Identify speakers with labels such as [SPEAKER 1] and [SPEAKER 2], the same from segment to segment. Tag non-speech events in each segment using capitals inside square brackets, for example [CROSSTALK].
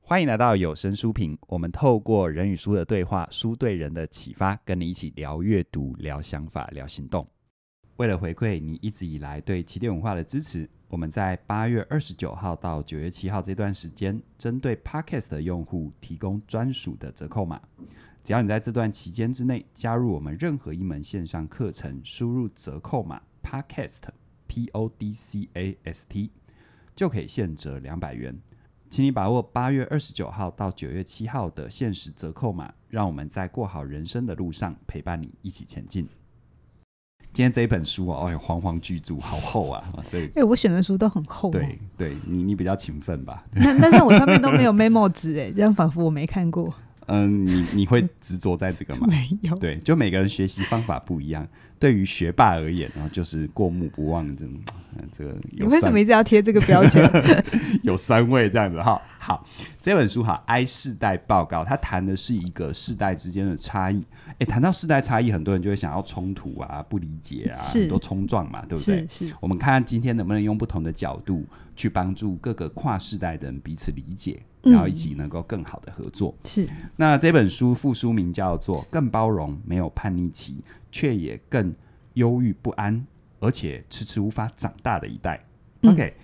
[SPEAKER 1] 欢迎来到有声书评，我们透过人与书的对话，书对人的启发，跟你一起聊阅读、聊想法、聊行动。为了回馈你一直以来对起点文化的支持，我们在八月二十九号到九月七号这段时间，针对 Podcast 的用户提供专属的折扣码。只要你在这段期间之内加入我们任何一门线上课程，输入折扣码 Podcast P O D C A S T，就可以现折两百元。请你把握八月二十九号到九月七号的限时折扣码，让我们在过好人生的路上陪伴你一起前进。今天这一本书哦，哎呦，煌煌巨著，好厚啊！啊这
[SPEAKER 2] 哎、我选的书都很厚、哦， [LAUGHS]
[SPEAKER 1] 对对，你你比较勤奋吧？
[SPEAKER 2] 但但是我上面都没有 memo 纸，哎，这样仿佛我没
[SPEAKER 1] [LAUGHS]
[SPEAKER 2] 看过，
[SPEAKER 1] 嗯，你你会执着在这个吗？
[SPEAKER 2] 没 [LAUGHS] 有，
[SPEAKER 1] 对，就每个人学习方法不一样。对于学霸而言，然后就是过目不忘这种，嗯这个
[SPEAKER 2] 你
[SPEAKER 1] 有
[SPEAKER 2] 为什
[SPEAKER 1] 三
[SPEAKER 2] 么一直要贴这个标签？
[SPEAKER 1] 有三位这样子哈。好，这本书哈，《I 世代报告》，它谈的是一个世代之间的差异。诶，谈到世代差异，很多人就会想要冲突啊、不理解啊，
[SPEAKER 2] 是
[SPEAKER 1] 很多冲撞嘛，对不对
[SPEAKER 2] 是？是，
[SPEAKER 1] 我们看看今天能不能用不同的角度去帮助各个跨世代的人彼此理解，
[SPEAKER 2] 嗯
[SPEAKER 1] 然后一起能够更好的合作。
[SPEAKER 2] 是
[SPEAKER 1] 那这本书副书名叫做《更包容，没有叛逆期，却也更忧郁不安，而且迟迟无法长大的一代》。
[SPEAKER 2] 嗯
[SPEAKER 1] OK，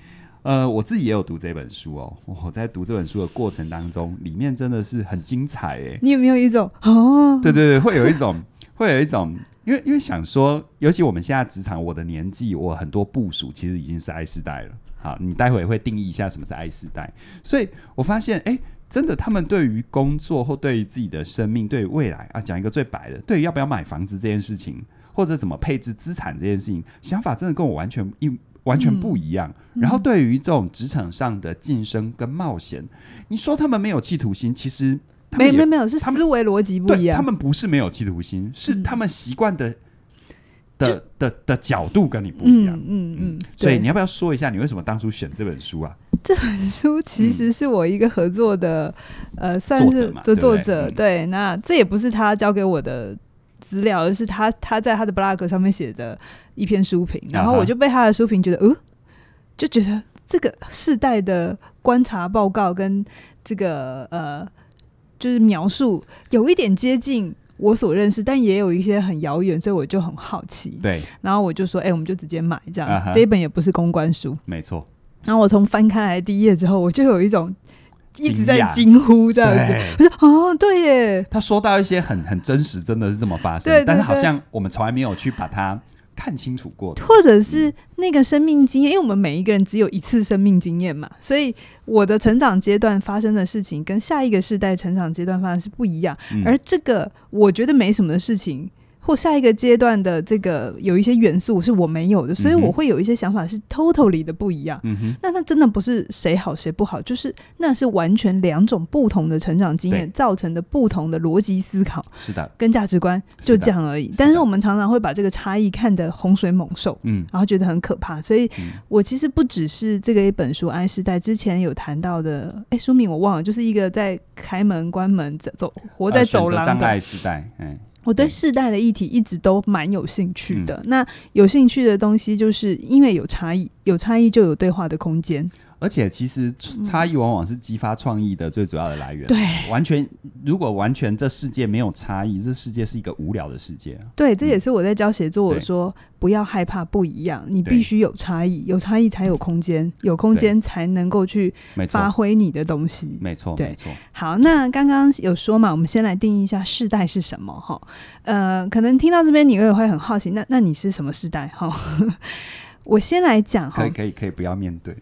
[SPEAKER 1] 呃，我自己也有读这本书哦。我在读这本书的过程当中，里面真的是很精彩诶。
[SPEAKER 2] 你有没有一种哦？
[SPEAKER 1] 对对对，会有一种， [LAUGHS] 会有一种，因为因为想说，尤其我们现在职场，我的年纪，我很多部署其实已经是 I 世代了。好，你待会会定义一下什么是 I 世代。所以我发现，哎，真的，他们对于工作或对于自己的生命、对于未来啊，讲一个最白的，对于要不要买房子这件事情，或者怎么配置资产这件事情，想法真的跟我完全
[SPEAKER 2] 嗯
[SPEAKER 1] 一。完全不一样。然后对于这种职场上的晋升跟冒险，你说他们没有企图心，其实他们
[SPEAKER 2] 没
[SPEAKER 1] 也
[SPEAKER 2] 没没有，是
[SPEAKER 1] 他们
[SPEAKER 2] 思维逻辑不一
[SPEAKER 1] 对他
[SPEAKER 2] 样。
[SPEAKER 1] 们不是没有企图心，是
[SPEAKER 2] 嗯
[SPEAKER 1] 他们习惯的、
[SPEAKER 2] 就
[SPEAKER 1] 的的的角度跟你不一
[SPEAKER 2] 嗯
[SPEAKER 1] 样。
[SPEAKER 2] 嗯嗯，
[SPEAKER 1] 所以
[SPEAKER 2] 对嗯
[SPEAKER 1] 你要不要说一下你为什么当初选这本书啊？
[SPEAKER 2] 书其实是我一个合作的，呃，算
[SPEAKER 1] 嗯作者
[SPEAKER 2] 是
[SPEAKER 1] 嘛对
[SPEAKER 2] 的
[SPEAKER 1] 不
[SPEAKER 2] 作
[SPEAKER 1] 对
[SPEAKER 2] 者。
[SPEAKER 1] 嗯
[SPEAKER 2] 对，那这也不是他交给我的资料，而是他他在他的 blog 上面写的一篇书评，然后
[SPEAKER 1] 啊哈
[SPEAKER 2] 我就被他的书评觉得，呃，就觉得这个世代的观察报告跟这个呃，就是描述有一点接近。我所认识，但也有一些很遥远，所以我就很好奇。
[SPEAKER 1] 对，
[SPEAKER 2] 然后我就说：“哎、我们就直接买这样子。
[SPEAKER 1] 啊哈
[SPEAKER 2] 这一本也不是公关书，
[SPEAKER 1] 没错，
[SPEAKER 2] 然后我从翻开来第一页之后，我就有一种一直在
[SPEAKER 1] 惊
[SPEAKER 2] 惊呼这样子，
[SPEAKER 1] 对。
[SPEAKER 2] 我说哦，对耶，
[SPEAKER 1] 他说到一些很很真实，真的是这么发生，
[SPEAKER 2] 对对
[SPEAKER 1] 但是好
[SPEAKER 2] 对
[SPEAKER 1] 像我们从来没有去把它看清楚过的。
[SPEAKER 2] 或者是那个生命经验，因为我们每一个人只有一次生命经验嘛，所以我的成长阶段发生的事情跟下一个世代成长阶段发生是不一样，
[SPEAKER 1] 嗯
[SPEAKER 2] 而这个我觉得没什么的事情。或下一个阶段的这个有一些元素是我没有的，所以
[SPEAKER 1] 嗯哼
[SPEAKER 2] 我会有一些想法是 totally 的不一样。
[SPEAKER 1] 嗯哼，
[SPEAKER 2] 那那真的不是谁好谁不好，就是那是完全两种不同的成长经验造成的不同的逻辑思考
[SPEAKER 1] 是的，
[SPEAKER 2] 跟价值观，
[SPEAKER 1] 是的
[SPEAKER 2] 就这样而已
[SPEAKER 1] 是的。
[SPEAKER 2] 但是我们常常会把这个差异看得洪水猛兽。
[SPEAKER 1] 嗯
[SPEAKER 2] 然后觉得很可怕，所以
[SPEAKER 1] 嗯
[SPEAKER 2] 我其实不只是这个一本书《爱时代》，之前有谈到的，哎，书名我忘了，就是一个在开门、关门、走走活在
[SPEAKER 1] 呃选
[SPEAKER 2] 走
[SPEAKER 1] 择
[SPEAKER 2] 廊
[SPEAKER 1] 障
[SPEAKER 2] 的
[SPEAKER 1] 碍时代，嗯，
[SPEAKER 2] 我
[SPEAKER 1] 对
[SPEAKER 2] 对世代的议题一直都蛮有兴趣
[SPEAKER 1] 嗯
[SPEAKER 2] 的。那有兴趣的东西，就是因为有差异，有差异就有对话的空间。
[SPEAKER 1] 而且其实差异往往是激发创意的最主要的来源。
[SPEAKER 2] 嗯对，
[SPEAKER 1] 完全如果完全这世界没有差异，这世界是一个无聊的世界啊。
[SPEAKER 2] 对，这也是我在教写作，
[SPEAKER 1] 对
[SPEAKER 2] 我说不要害怕不一样，你
[SPEAKER 1] 对
[SPEAKER 2] 必须有差异，有差异才有空间，有空间才能够去
[SPEAKER 1] 没错，
[SPEAKER 2] 发挥你的东西。
[SPEAKER 1] 没错，
[SPEAKER 2] 对
[SPEAKER 1] 没错，
[SPEAKER 2] 好，那刚刚有说嘛，我们先来定义一下世代是什么哈。呃，可能听到这边你也会很好奇，那那你是什么世代哈？ [LAUGHS] 我先来讲哈
[SPEAKER 1] 可以，可以可以不要面
[SPEAKER 2] [LAUGHS]
[SPEAKER 1] 对，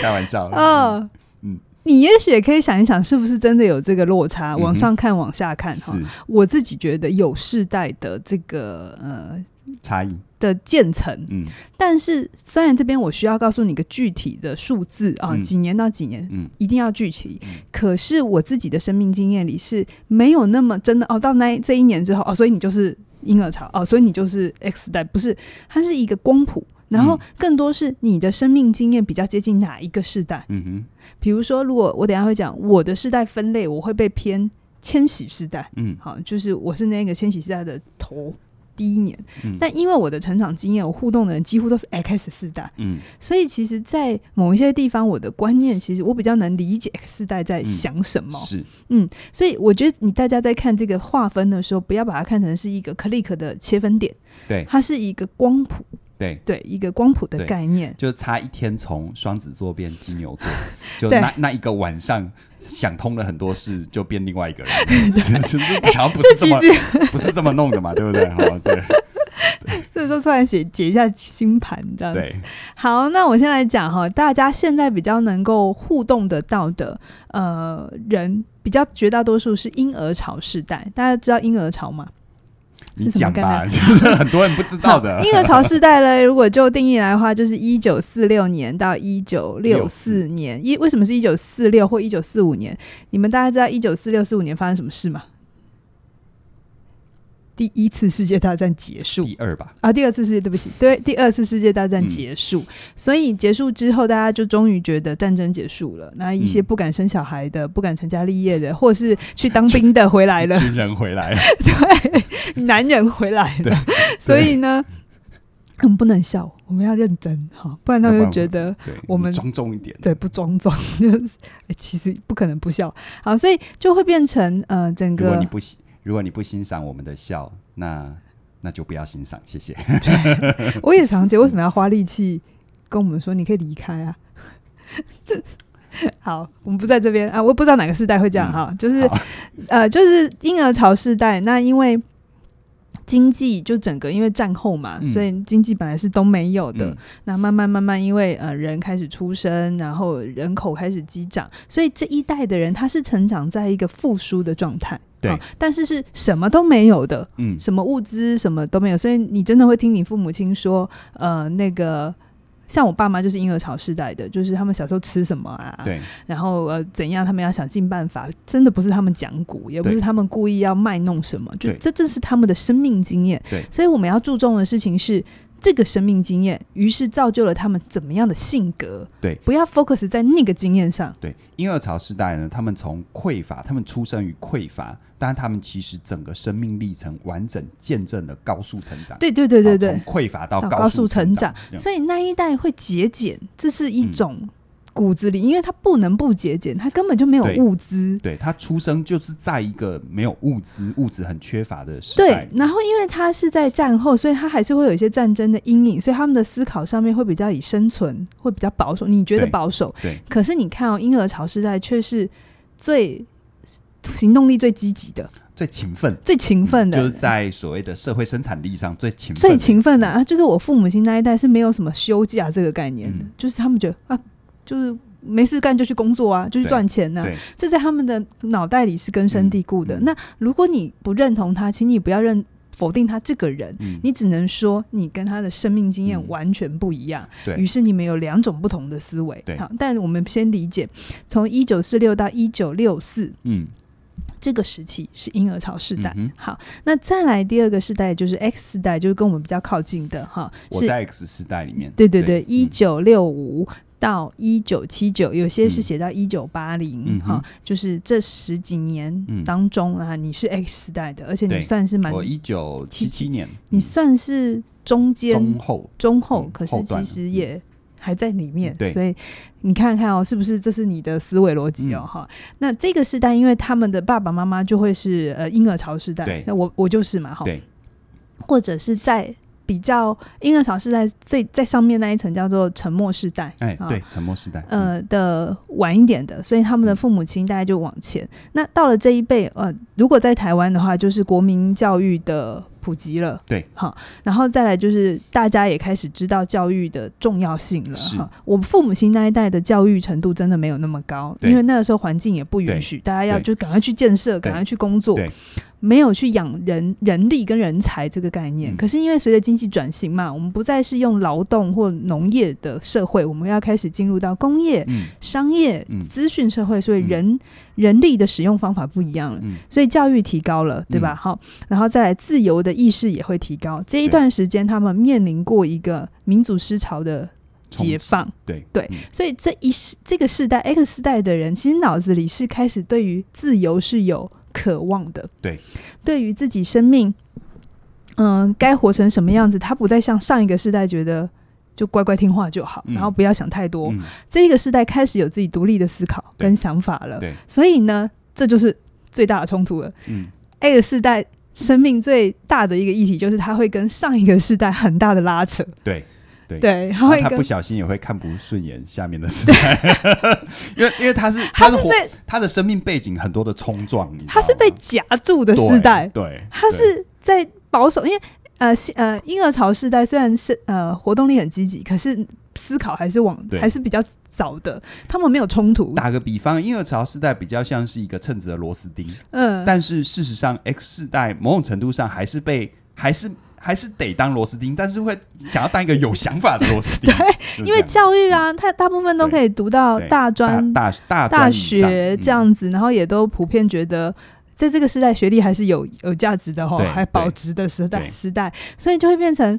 [SPEAKER 1] 开玩笑啦，
[SPEAKER 2] 嗯
[SPEAKER 1] 嗯
[SPEAKER 2] 你也许也可以想一想，是不是真的有这个落差？
[SPEAKER 1] 嗯哼
[SPEAKER 2] 往上看，往下看哈。
[SPEAKER 1] 是
[SPEAKER 2] 我自己觉得有世代的这个呃
[SPEAKER 1] 差异，
[SPEAKER 2] 的渐层，
[SPEAKER 1] 嗯
[SPEAKER 2] 但是虽然这边我需要告诉你个具体的数字啊，
[SPEAKER 1] 嗯
[SPEAKER 2] 几年到几年。
[SPEAKER 1] 嗯，
[SPEAKER 2] 一定要具体
[SPEAKER 1] 嗯，
[SPEAKER 2] 可是我自己的生命经验里是没有那么真的哦。到那这一年之后哦，所以你就是婴儿潮哦，所以你就是 X 代，不是，它是一个光谱，然后
[SPEAKER 1] 嗯
[SPEAKER 2] 更多是你的生命经验比较接近哪一个世代。
[SPEAKER 1] 嗯哼，
[SPEAKER 2] 比如说，如果我等一下会讲我的世代分类，我会被偏千禧世代，
[SPEAKER 1] 嗯
[SPEAKER 2] 好，就是我是那个千禧世代的头，第一年。
[SPEAKER 1] 嗯
[SPEAKER 2] 但因为我的成长经验，我互动的人几乎都是 X 世代，
[SPEAKER 1] 嗯
[SPEAKER 2] 所以其实，在某一些地方，我的观念其实我比较能理解 X 世代在想什么。
[SPEAKER 1] 嗯是
[SPEAKER 2] 所以我觉得你大家在看这个划分的时候，不要把它看成是一个 click 的切分点，
[SPEAKER 1] 对
[SPEAKER 2] 它是一个光谱，
[SPEAKER 1] 对，
[SPEAKER 2] 对一个光谱的
[SPEAKER 1] 对
[SPEAKER 2] 概念。
[SPEAKER 1] 就差一天从双子座变金牛
[SPEAKER 2] [LAUGHS]
[SPEAKER 1] 座，就
[SPEAKER 2] 对
[SPEAKER 1] 那那一个晚上想通了很多事，就变另外一个
[SPEAKER 2] [LAUGHS]
[SPEAKER 1] 人， [LAUGHS] 就是
[SPEAKER 2] 哎
[SPEAKER 1] 好像不是这
[SPEAKER 2] 其
[SPEAKER 1] 么
[SPEAKER 2] 实，
[SPEAKER 1] 不是这么弄的嘛，对不对？好，对
[SPEAKER 2] 这时候突然写解一下星盘这样子。 [LAUGHS]
[SPEAKER 1] 对，
[SPEAKER 2] 好，那我先来讲哈，大家现在比较能够互动得到的，呃，人比较绝大多数是婴儿潮世代。大家知道婴儿潮吗？
[SPEAKER 1] 你
[SPEAKER 2] 是怎么
[SPEAKER 1] 讲
[SPEAKER 2] 干
[SPEAKER 1] 吧，就是很多人不知道的
[SPEAKER 2] 好，婴儿潮世代呢，如果就定义来的话，就是一九四六年到一九六四年。一为什么是一九四六或一九四五年？你们大家知道一九四六四五年发生什么事吗？第一次世界大战结束。
[SPEAKER 1] 第二吧，
[SPEAKER 2] 啊，第二次世界，对不起，对，第二次世界大战
[SPEAKER 1] 嗯
[SPEAKER 2] 结束，所以结束之后，大家就终于觉得战争结束了。那一些
[SPEAKER 1] 嗯
[SPEAKER 2] 不敢生小孩的、不敢成家立业的，或是去当兵的
[SPEAKER 1] [LAUGHS]
[SPEAKER 2] 回来了， [LAUGHS]
[SPEAKER 1] 军人回来，
[SPEAKER 2] 对，男人回来了。所以呢，我们不能笑，我们要认真哈，不然他们
[SPEAKER 1] 要
[SPEAKER 2] 就
[SPEAKER 1] 不
[SPEAKER 2] 觉
[SPEAKER 1] 然
[SPEAKER 2] 得
[SPEAKER 1] 对，
[SPEAKER 2] 我们
[SPEAKER 1] 你庄重一点，
[SPEAKER 2] 对，不庄重， [LAUGHS] 就是、哎其实不可能不笑。好，所以就会变成呃，整
[SPEAKER 1] 如果你
[SPEAKER 2] 个
[SPEAKER 1] 不喜，如果你不欣赏我们的笑，那那就不要欣赏，谢谢。
[SPEAKER 2] 我也常觉得为什么要花力气跟我们说你可以离开啊？ [LAUGHS] 好，我们不在这边啊，我不知道哪个世代会这样
[SPEAKER 1] 嗯
[SPEAKER 2] 哈、就是
[SPEAKER 1] 好
[SPEAKER 2] 呃，就是婴儿潮世代，那因为。经济就整个因为战后嘛，
[SPEAKER 1] 嗯
[SPEAKER 2] 所以经济本来是都没有的，
[SPEAKER 1] 嗯
[SPEAKER 2] 那慢慢慢慢，因为呃人开始出生，然后人口开始激涨，所以这一代的人他是成长在一个复苏的状态。
[SPEAKER 1] 对
[SPEAKER 2] 啊但是是什么都没有的，
[SPEAKER 1] 嗯，
[SPEAKER 2] 什么物资什么都没有，所以你真的会听你父母亲说，呃，那个像我爸妈就是婴儿潮时代的，就是他们小时候吃什么啊，
[SPEAKER 1] 对，
[SPEAKER 2] 然后呃怎样，他们要想尽办法，真的不是他们讲古，也不
[SPEAKER 1] 对
[SPEAKER 2] 是他们故意要卖弄什么，就
[SPEAKER 1] 对
[SPEAKER 2] 这正是他们的生命经验。
[SPEAKER 1] 对
[SPEAKER 2] 所以我们要注重的事情是这个生命经验，于是造就了他们怎么样的性格。
[SPEAKER 1] 对
[SPEAKER 2] 不要 focus 在那个经验上。
[SPEAKER 1] 对，婴儿潮时代呢，他们从匮乏，他们出生于匮乏，但他们其实整个生命历程完整见证了高速成长。
[SPEAKER 2] 对对对对
[SPEAKER 1] 啊
[SPEAKER 2] 对，
[SPEAKER 1] 从匮乏到
[SPEAKER 2] 到
[SPEAKER 1] 高
[SPEAKER 2] 速
[SPEAKER 1] 成
[SPEAKER 2] 长，所以那一代会节俭，这是一
[SPEAKER 1] 嗯
[SPEAKER 2] 种骨子里，因为他不能不节俭，他根本就没有
[SPEAKER 1] 对
[SPEAKER 2] 物资。
[SPEAKER 1] 对他出生就是在一个没有物资、物质很缺乏的时代
[SPEAKER 2] 对，。然后因为他是在战后，所以他还是会有一些战争的阴影，所以他们的思考上面会比较以生存，会比较保守。你觉得
[SPEAKER 1] 对
[SPEAKER 2] 保守？
[SPEAKER 1] 对
[SPEAKER 2] 可是你看哦，婴儿潮时代却是最行动力最积极的、
[SPEAKER 1] 最勤奋，
[SPEAKER 2] 最勤奋的，
[SPEAKER 1] 就是在所谓的社会生产力上最勤奋的，
[SPEAKER 2] 最勤奋的啊，就是我父母亲那一代是没有什么休假这个概念的，
[SPEAKER 1] 嗯
[SPEAKER 2] 就是他们觉得啊，就是没事干就去工作啊，就去
[SPEAKER 1] 对
[SPEAKER 2] 赚钱呐、
[SPEAKER 1] 对
[SPEAKER 2] 这在他们的脑袋里是根深蒂固的。
[SPEAKER 1] 嗯嗯
[SPEAKER 2] 那如果你不认同他，请你不要认否定他这个人。
[SPEAKER 1] 嗯，
[SPEAKER 2] 你只能说你跟他的生命经验
[SPEAKER 1] 嗯
[SPEAKER 2] 完全不一样，
[SPEAKER 1] 对
[SPEAKER 2] 于是你们有两种不同的思维
[SPEAKER 1] 对。
[SPEAKER 2] 好，但我们先理解，从一九四六到一九六四
[SPEAKER 1] 嗯
[SPEAKER 2] 这个时期是婴儿潮世代。
[SPEAKER 1] 嗯哼
[SPEAKER 2] 好，那再来第二个世代就是 X 世代，就是跟我们比较靠近的哈，
[SPEAKER 1] 我
[SPEAKER 2] 是
[SPEAKER 1] 在 X 时代里面，
[SPEAKER 2] 对对对，一
[SPEAKER 1] 嗯
[SPEAKER 2] 九六五到一九七九，有些是
[SPEAKER 1] 嗯
[SPEAKER 2] 写到一九八零
[SPEAKER 1] 嗯
[SPEAKER 2] 哈
[SPEAKER 1] 哼，
[SPEAKER 2] 就是这十几年
[SPEAKER 1] 嗯
[SPEAKER 2] 当中啊，你是 X 世代的，而且你
[SPEAKER 1] 对
[SPEAKER 2] 算是蛮，
[SPEAKER 1] 我一九七七年，
[SPEAKER 2] 你算是中间
[SPEAKER 1] 中后
[SPEAKER 2] 中后
[SPEAKER 1] 嗯，
[SPEAKER 2] 可是
[SPEAKER 1] 后段
[SPEAKER 2] 其实也。还在里面
[SPEAKER 1] 嗯，对
[SPEAKER 2] 所以你看看哦，是不是这是你的思维逻辑哦？
[SPEAKER 1] 嗯
[SPEAKER 2] 哈、那这个世代，因为他们的爸爸妈妈就会是呃婴儿潮世代
[SPEAKER 1] 对，
[SPEAKER 2] 那我我就是嘛，哈，
[SPEAKER 1] 对
[SPEAKER 2] 或者是在比较婴儿潮世代最在上面那一层叫做沉默世代，
[SPEAKER 1] 哎
[SPEAKER 2] 啊
[SPEAKER 1] 对沉默时代，嗯
[SPEAKER 2] 呃的晚一点的，所以他们的父母亲大概就往前。那到了这一辈，呃，如果在台湾的话，就是国民教育的普及了，
[SPEAKER 1] 对，
[SPEAKER 2] 好，然后再来就是大家也开始知道教育的重要性了。
[SPEAKER 1] 是
[SPEAKER 2] 哈，我父母亲那一代的教育程度真的没有那么高，
[SPEAKER 1] 对
[SPEAKER 2] 因为那个时候环境也不允许，大家要
[SPEAKER 1] 对
[SPEAKER 2] 就赶快去建设，赶快去工作
[SPEAKER 1] 对，
[SPEAKER 2] 没有去养人人力跟人才这个概念。
[SPEAKER 1] 嗯
[SPEAKER 2] 可是因为随着经济转型嘛，我们不再是用劳动或农业的社会，我们要开始进入到工业、
[SPEAKER 1] 嗯
[SPEAKER 2] 商业
[SPEAKER 1] 嗯、
[SPEAKER 2] 资讯社会，所以人、人力的使用方法不一样了，
[SPEAKER 1] 嗯
[SPEAKER 2] 所以教育提高了，对吧？好，然后再来自由的意识也会提高。这一段时间，他们面临过一个民主思潮的解放，
[SPEAKER 1] 对
[SPEAKER 2] 对
[SPEAKER 1] 嗯
[SPEAKER 2] 所以这一世这个世代 X 世代的人，其实脑子里是开始对于自由是有渴望的，
[SPEAKER 1] 对，
[SPEAKER 2] 对于自己生命。嗯，该活成什么样子，他不再像上一个世代觉得就乖乖听话就好，
[SPEAKER 1] 嗯
[SPEAKER 2] 然后不要想太多。
[SPEAKER 1] 嗯，
[SPEAKER 2] 这一个世代开始有自己独立的思考
[SPEAKER 1] 对
[SPEAKER 2] 跟想法了，
[SPEAKER 1] 对，
[SPEAKER 2] 所以呢，这就是最大的冲突了。
[SPEAKER 1] 嗯
[SPEAKER 2] A 个世代生命最大的一个议题就是它会跟上一个世代很大的拉扯， [LAUGHS]
[SPEAKER 1] 对。
[SPEAKER 2] 对，它
[SPEAKER 1] 然后
[SPEAKER 2] 会
[SPEAKER 1] 他
[SPEAKER 2] 跟
[SPEAKER 1] 不小心也会看不顺眼下面的时代，因为因为他是
[SPEAKER 2] 它
[SPEAKER 1] 是
[SPEAKER 2] 是
[SPEAKER 1] 活
[SPEAKER 2] 在
[SPEAKER 1] 他的生命背景很多的冲撞，你知道吗
[SPEAKER 2] 它是被夹住的
[SPEAKER 1] 对
[SPEAKER 2] 世代，
[SPEAKER 1] 对，
[SPEAKER 2] 它
[SPEAKER 1] 对
[SPEAKER 2] 是在保守，因为呃新呃婴儿潮世代虽然是呃活动力很积极，可是思考还是往
[SPEAKER 1] 对
[SPEAKER 2] 还是比较早的，他们没有冲突，
[SPEAKER 1] 打个比方，婴儿潮世代比较像是一个称职的螺丝钉，
[SPEAKER 2] 嗯，
[SPEAKER 1] 但是事实上，X 世代某种程度上还是被还是还是得当螺丝钉，但是会想要当一个有想法的螺丝钉，就是这
[SPEAKER 2] [LAUGHS]
[SPEAKER 1] 样
[SPEAKER 2] 因为教育啊，它大部分都可以读到
[SPEAKER 1] 对
[SPEAKER 2] 大专、
[SPEAKER 1] 大大
[SPEAKER 2] 大
[SPEAKER 1] 啊专以上嗯
[SPEAKER 2] 学这，样子，然后也都普遍觉得。在这个时代，学历还是有有价值的哈，哦
[SPEAKER 1] 对
[SPEAKER 2] 还保值的时代
[SPEAKER 1] 对
[SPEAKER 2] 时代，所以就会变成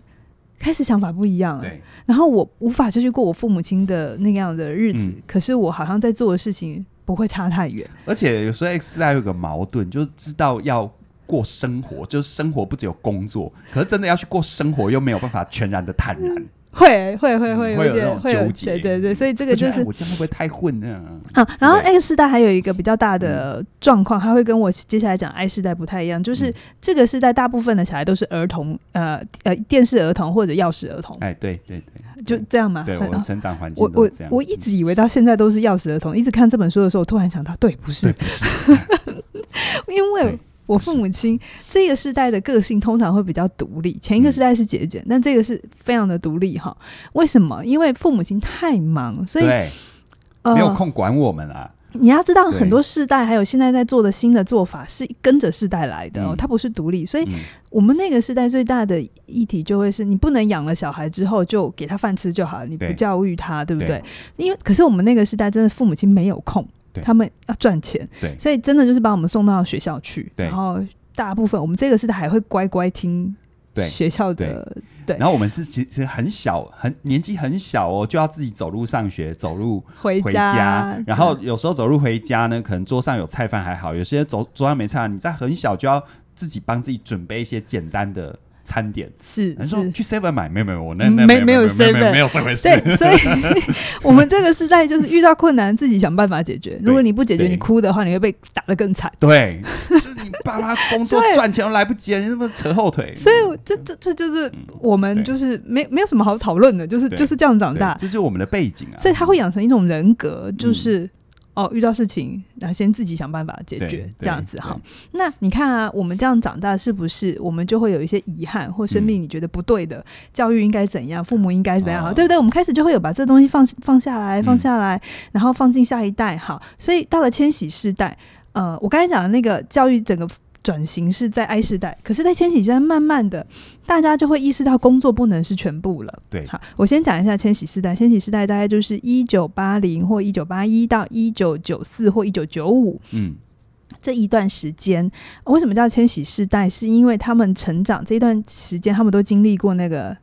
[SPEAKER 2] 开始想法不一
[SPEAKER 1] 嗯
[SPEAKER 2] 样了。
[SPEAKER 1] 对
[SPEAKER 2] 然后我无法继续过我父母亲的那样的日子，
[SPEAKER 1] 嗯
[SPEAKER 2] 可是我好像在做的事情不会差太远。
[SPEAKER 1] 而且有时候 X 世代有个矛盾，就是知道要过生活，就是生活不只有工作，可是真的要去过生活，又没有办法全然的坦然。
[SPEAKER 2] 会会会会
[SPEAKER 1] 嗯
[SPEAKER 2] 有
[SPEAKER 1] 会
[SPEAKER 2] 一
[SPEAKER 1] 有那
[SPEAKER 2] 点
[SPEAKER 1] 种
[SPEAKER 2] 会有
[SPEAKER 1] 纠结
[SPEAKER 2] 对对对，所以
[SPEAKER 1] 这
[SPEAKER 2] 这个就是
[SPEAKER 1] 我这样会不会太混呢、
[SPEAKER 2] 啊，然后
[SPEAKER 1] 之类
[SPEAKER 2] X 世代还有一个比较大的状况，它会跟我接下来讲 I 世代不太一样，就是
[SPEAKER 1] 嗯
[SPEAKER 2] 这个世代大部分的小孩都是儿童，呃呃，电视儿童或者钥匙儿童，
[SPEAKER 1] 哎，对对对，
[SPEAKER 2] 就这样嘛。 [LAUGHS]
[SPEAKER 1] 对我
[SPEAKER 2] 很哦
[SPEAKER 1] 的成长环境
[SPEAKER 2] 我
[SPEAKER 1] 都
[SPEAKER 2] 我
[SPEAKER 1] 是这样。嗯
[SPEAKER 2] 我一直以为到现在都是钥匙儿童，一直看这本书的时候，我突然想到，对，不
[SPEAKER 1] 对
[SPEAKER 2] 是，
[SPEAKER 1] 不是，
[SPEAKER 2] [LAUGHS] 因为
[SPEAKER 1] 对
[SPEAKER 2] 我父母亲这个世代的个性通常会比较独立，前一
[SPEAKER 1] 嗯
[SPEAKER 2] 个世代是节俭，但这个是非常的独立哈。为什么？因为父母亲太忙，所以
[SPEAKER 1] 对，
[SPEAKER 2] 呃
[SPEAKER 1] 没有空管我们啊。
[SPEAKER 2] 你要知道，
[SPEAKER 1] 对
[SPEAKER 2] 很多世代还有现在在做的新的做法是跟着世代来的哦，
[SPEAKER 1] 嗯
[SPEAKER 2] 它不是独立。所以
[SPEAKER 1] 嗯，
[SPEAKER 2] 我们那个世代最大的议题就会是你不能养了小孩之后就给他饭吃就好了，你不
[SPEAKER 1] 对
[SPEAKER 2] 教育他，对不对
[SPEAKER 1] 对？
[SPEAKER 2] 因为可是我们那个世代真的父母亲没有空，
[SPEAKER 1] 对
[SPEAKER 2] 他们要赚钱，
[SPEAKER 1] 对
[SPEAKER 2] 所以真的就是把我们送到学校去，
[SPEAKER 1] 对
[SPEAKER 2] 然后大部分我们这个世代还会乖乖听
[SPEAKER 1] 对
[SPEAKER 2] 学校的，对
[SPEAKER 1] 然后我们是其实很小，很年纪很小哦，就要自己走路上学，走路
[SPEAKER 2] 回
[SPEAKER 1] 回
[SPEAKER 2] 家，
[SPEAKER 1] 然后有时候走路回家呢，可能桌上有菜饭还好，有些桌桌上没菜，你在很小就要自己帮自己准备一些简单的餐点。
[SPEAKER 2] 是
[SPEAKER 1] 人说
[SPEAKER 2] 是。
[SPEAKER 1] 去 Seven 买，没有没有，我那
[SPEAKER 2] 嗯
[SPEAKER 1] 那
[SPEAKER 2] 没
[SPEAKER 1] 没
[SPEAKER 2] 没有
[SPEAKER 1] 没有没
[SPEAKER 2] 7-Eleven
[SPEAKER 1] 有没有这回事。
[SPEAKER 2] 对，所以 [LAUGHS] 我们这个时代就是遇到困难自己想办法解决。如果你不解决，
[SPEAKER 1] 对
[SPEAKER 2] 你哭的话，你会被打得更惨。
[SPEAKER 1] 对，就是你爸妈工作
[SPEAKER 2] 对
[SPEAKER 1] 赚钱都来不及了，你怎么扯后腿？
[SPEAKER 2] 所以我这这这就是我们
[SPEAKER 1] 嗯对
[SPEAKER 2] 就是没没有什么好讨论的，就是
[SPEAKER 1] 对
[SPEAKER 2] 就是这样长
[SPEAKER 1] 对
[SPEAKER 2] 大，
[SPEAKER 1] 这就是我们的背景啊。
[SPEAKER 2] 所以他会养成一种人格，就是。哦，遇到事情，然后先自己想办法解决
[SPEAKER 1] 嗯对，
[SPEAKER 2] 这样子
[SPEAKER 1] 对
[SPEAKER 2] 哈
[SPEAKER 1] 对。
[SPEAKER 2] 那你看啊，我们这样长大，是不是我们就会有一些遗憾，或生
[SPEAKER 1] 嗯
[SPEAKER 2] 命你觉得不对的、教育应该怎样，父母应该怎么样，
[SPEAKER 1] 哦
[SPEAKER 2] 对不对？我们开始就会有把这东西放放下来，
[SPEAKER 1] 嗯
[SPEAKER 2] 放下来，然后放进下一代。好，所以到了千禧世代，呃，我刚才讲的那个教育整个转型是在 I 世代，可是，在千禧世代，慢慢的，大家就会意识到工作不能是全部了。
[SPEAKER 1] 对
[SPEAKER 2] 好，我先讲一下千禧世代。千禧世代大概就是一九八零或一九八一到一九九四或一九九五 [LAUGHS]
[SPEAKER 1] 嗯，
[SPEAKER 2] 这一段时间。为什么叫千禧世代？是因为他们成长这一段时间，他们都经历过那个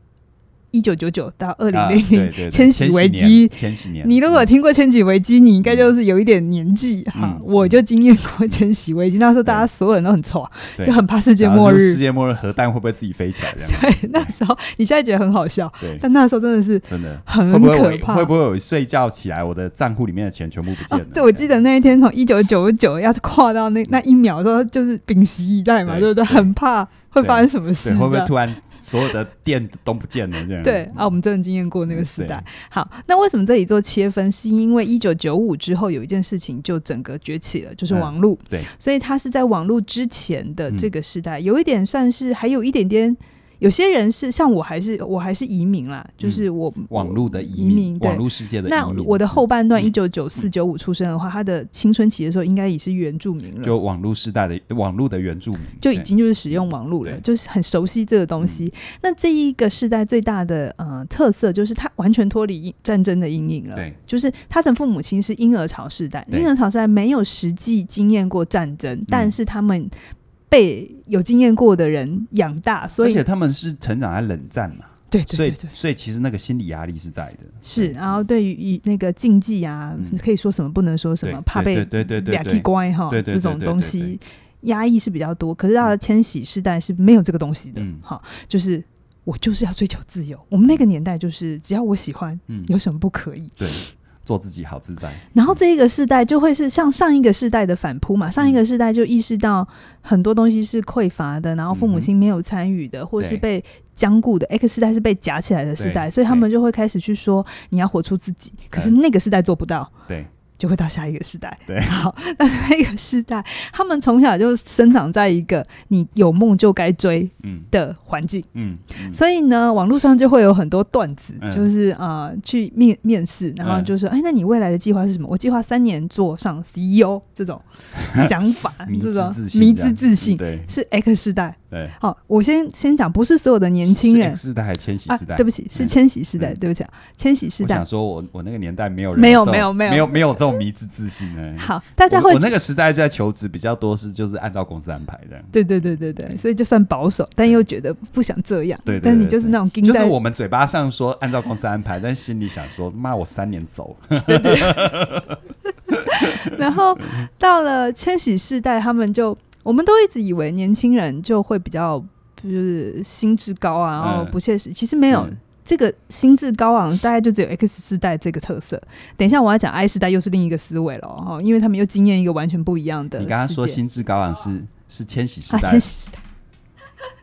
[SPEAKER 2] 一九九九到二
[SPEAKER 1] 啊
[SPEAKER 2] 零
[SPEAKER 1] 对
[SPEAKER 2] 零零
[SPEAKER 1] 对对
[SPEAKER 2] [LAUGHS] 千禧危
[SPEAKER 1] 年
[SPEAKER 2] 机
[SPEAKER 1] 千禧年，
[SPEAKER 2] 你如果有听过千禧危机，你应该就是有一点年纪哈、
[SPEAKER 1] 嗯
[SPEAKER 2] 我就经验过千禧危机，那时候大家所有人都很臭啊，
[SPEAKER 1] 对
[SPEAKER 2] 就很怕世
[SPEAKER 1] 世
[SPEAKER 2] 界末
[SPEAKER 1] 世
[SPEAKER 2] 日。
[SPEAKER 1] 界末日核弹会不会自己飞起来？这样
[SPEAKER 2] [LAUGHS] 对，那时候你现在觉得很好笑，
[SPEAKER 1] 对，
[SPEAKER 2] 但那时候真的是
[SPEAKER 1] 真的
[SPEAKER 2] 很
[SPEAKER 1] 会不会
[SPEAKER 2] 可
[SPEAKER 1] 我
[SPEAKER 2] 怕。
[SPEAKER 1] 会不会我睡觉起来，我的账户里面的钱全部不见啊
[SPEAKER 2] 哦
[SPEAKER 1] 了？，
[SPEAKER 2] 对，我记得那一天从一九九九要跨到那那一秒的时候，就是屏息以待嘛，对
[SPEAKER 1] 对
[SPEAKER 2] 不对？
[SPEAKER 1] 对
[SPEAKER 2] 很怕会发生什么
[SPEAKER 1] 这
[SPEAKER 2] 事
[SPEAKER 1] 样对，会不会
[SPEAKER 2] 这样
[SPEAKER 1] 突然所有的电都不见了？这样
[SPEAKER 2] 对啊，我们真的经验过那个
[SPEAKER 1] 嗯
[SPEAKER 2] 时代。好，那为什么这里做切分？是因为一九九五之后有一件事情就整个崛起了，就是
[SPEAKER 1] 嗯
[SPEAKER 2] 网络。
[SPEAKER 1] 对，
[SPEAKER 2] 所以它是在网络之前
[SPEAKER 1] 嗯
[SPEAKER 2] 的这个时代，有一点算是还有一点点。有些人是像我，还是我还是移民啦，就是我
[SPEAKER 1] 嗯网络的移
[SPEAKER 2] 移民对
[SPEAKER 1] 网络世界的移
[SPEAKER 2] 那
[SPEAKER 1] 民
[SPEAKER 2] 我的后半段，
[SPEAKER 1] 嗯
[SPEAKER 2] 一九九四九五出生的话，他的青春期的时候应该也是原住民了，
[SPEAKER 1] 就网络时代的网络的原住民
[SPEAKER 2] 就已经就是使用网络了，
[SPEAKER 1] 对嗯
[SPEAKER 2] 就是很熟悉这个东西。那这一个世代最大的呃特色就是它完全脱离战争的阴影了。
[SPEAKER 1] 对
[SPEAKER 2] 就是他的父母亲是婴儿潮世代，
[SPEAKER 1] 对嗯
[SPEAKER 2] 婴儿潮世代没有实际经验过战争，但是他们被有经验过的人养大，所
[SPEAKER 1] 对，而
[SPEAKER 2] 以
[SPEAKER 1] 且他们是成长在冷战嘛，
[SPEAKER 2] 对
[SPEAKER 1] 所
[SPEAKER 2] 对
[SPEAKER 1] 以
[SPEAKER 2] 对对。
[SPEAKER 1] 所以其实那个心理压力是在的，
[SPEAKER 2] 是，
[SPEAKER 1] 对
[SPEAKER 2] 然后对于以那个禁忌啊，
[SPEAKER 1] 嗯
[SPEAKER 2] 可以说什么，不能说什么，
[SPEAKER 1] 对
[SPEAKER 2] 怕被
[SPEAKER 1] 对对对对
[SPEAKER 2] 俩
[SPEAKER 1] 对
[SPEAKER 2] 踢乖哈，
[SPEAKER 1] 对对对
[SPEAKER 2] 这种
[SPEAKER 1] 对对
[SPEAKER 2] 东
[SPEAKER 1] 对
[SPEAKER 2] 西压抑是比较多，可是到了千禧世代是没有这个东西的
[SPEAKER 1] 嗯。
[SPEAKER 2] 好，就是我就是要追求自由。我们那个年代就是只要我喜欢，
[SPEAKER 1] 嗯，
[SPEAKER 2] 有什么不可以？
[SPEAKER 1] 对，做自己好自在，
[SPEAKER 2] 然后这一个世代就会是像上一个世代的反扑嘛，上
[SPEAKER 1] 嗯
[SPEAKER 2] 一个世代就意识到很多东西是匮乏的，然后父母亲没有参与的，或是被僵固的。X 世代是被夹起来的世代，
[SPEAKER 1] 对
[SPEAKER 2] 所以他们就会开始去说你要活出自己，可是那个世代做不到。
[SPEAKER 1] 对，
[SPEAKER 2] 就会到下一个世代。
[SPEAKER 1] 对
[SPEAKER 2] 好， [LAUGHS] 那那个世代，他们从小就生长在一个你有梦就该追
[SPEAKER 1] 嗯
[SPEAKER 2] 的环境，
[SPEAKER 1] 嗯嗯
[SPEAKER 2] 所以呢，网络上就会有很多段子，
[SPEAKER 1] 嗯
[SPEAKER 2] 就是呃，去面面试，然后就说，哎，那你未来的计划是什么？我计划三年做上 CEO 这种想法，
[SPEAKER 1] 迷
[SPEAKER 2] 这种
[SPEAKER 1] 之自信，
[SPEAKER 2] 迷之自信
[SPEAKER 1] 这样嗯
[SPEAKER 2] 是 X 世代。
[SPEAKER 1] 对对，
[SPEAKER 2] 好，我先先讲，不是所有的年轻人
[SPEAKER 1] 世代还是千禧
[SPEAKER 2] 啊
[SPEAKER 1] 世代，，
[SPEAKER 2] 对不起，是千禧世代，
[SPEAKER 1] 嗯
[SPEAKER 2] 对不起，啊，千禧世
[SPEAKER 1] 我
[SPEAKER 2] 代
[SPEAKER 1] 想。说我我那个年代没有人
[SPEAKER 2] 没有
[SPEAKER 1] 这种
[SPEAKER 2] 没有没有
[SPEAKER 1] 没有没有这种迷之自信呢。
[SPEAKER 2] 好，大家
[SPEAKER 1] 我
[SPEAKER 2] 会
[SPEAKER 1] 我那个时代在求职比较多是就是按照公司安排的，
[SPEAKER 2] 对对对对对，所以就算保守，但又觉得不想这样。
[SPEAKER 1] 对对对
[SPEAKER 2] 但你就是那种盯
[SPEAKER 1] 就是
[SPEAKER 2] 在，
[SPEAKER 1] 我们嘴巴上说按照公司安排，但心里想说妈我三年走，
[SPEAKER 2] [LAUGHS] 然后到了千禧世代，他们就我们都一直以为年轻人就会比较就是心智高昂，然后
[SPEAKER 1] 嗯
[SPEAKER 2] 不切实，其实没有。
[SPEAKER 1] 嗯
[SPEAKER 2] 这个心智高昂，大概就只有 X 世代这个特色。等一下我要讲 I 世代，又是另一个思维了哦，因为他们又经验一个完全不一样的世界。
[SPEAKER 1] 你刚刚说心智高昂是是千禧世
[SPEAKER 2] 啊，
[SPEAKER 1] 代
[SPEAKER 2] 千，禧世代，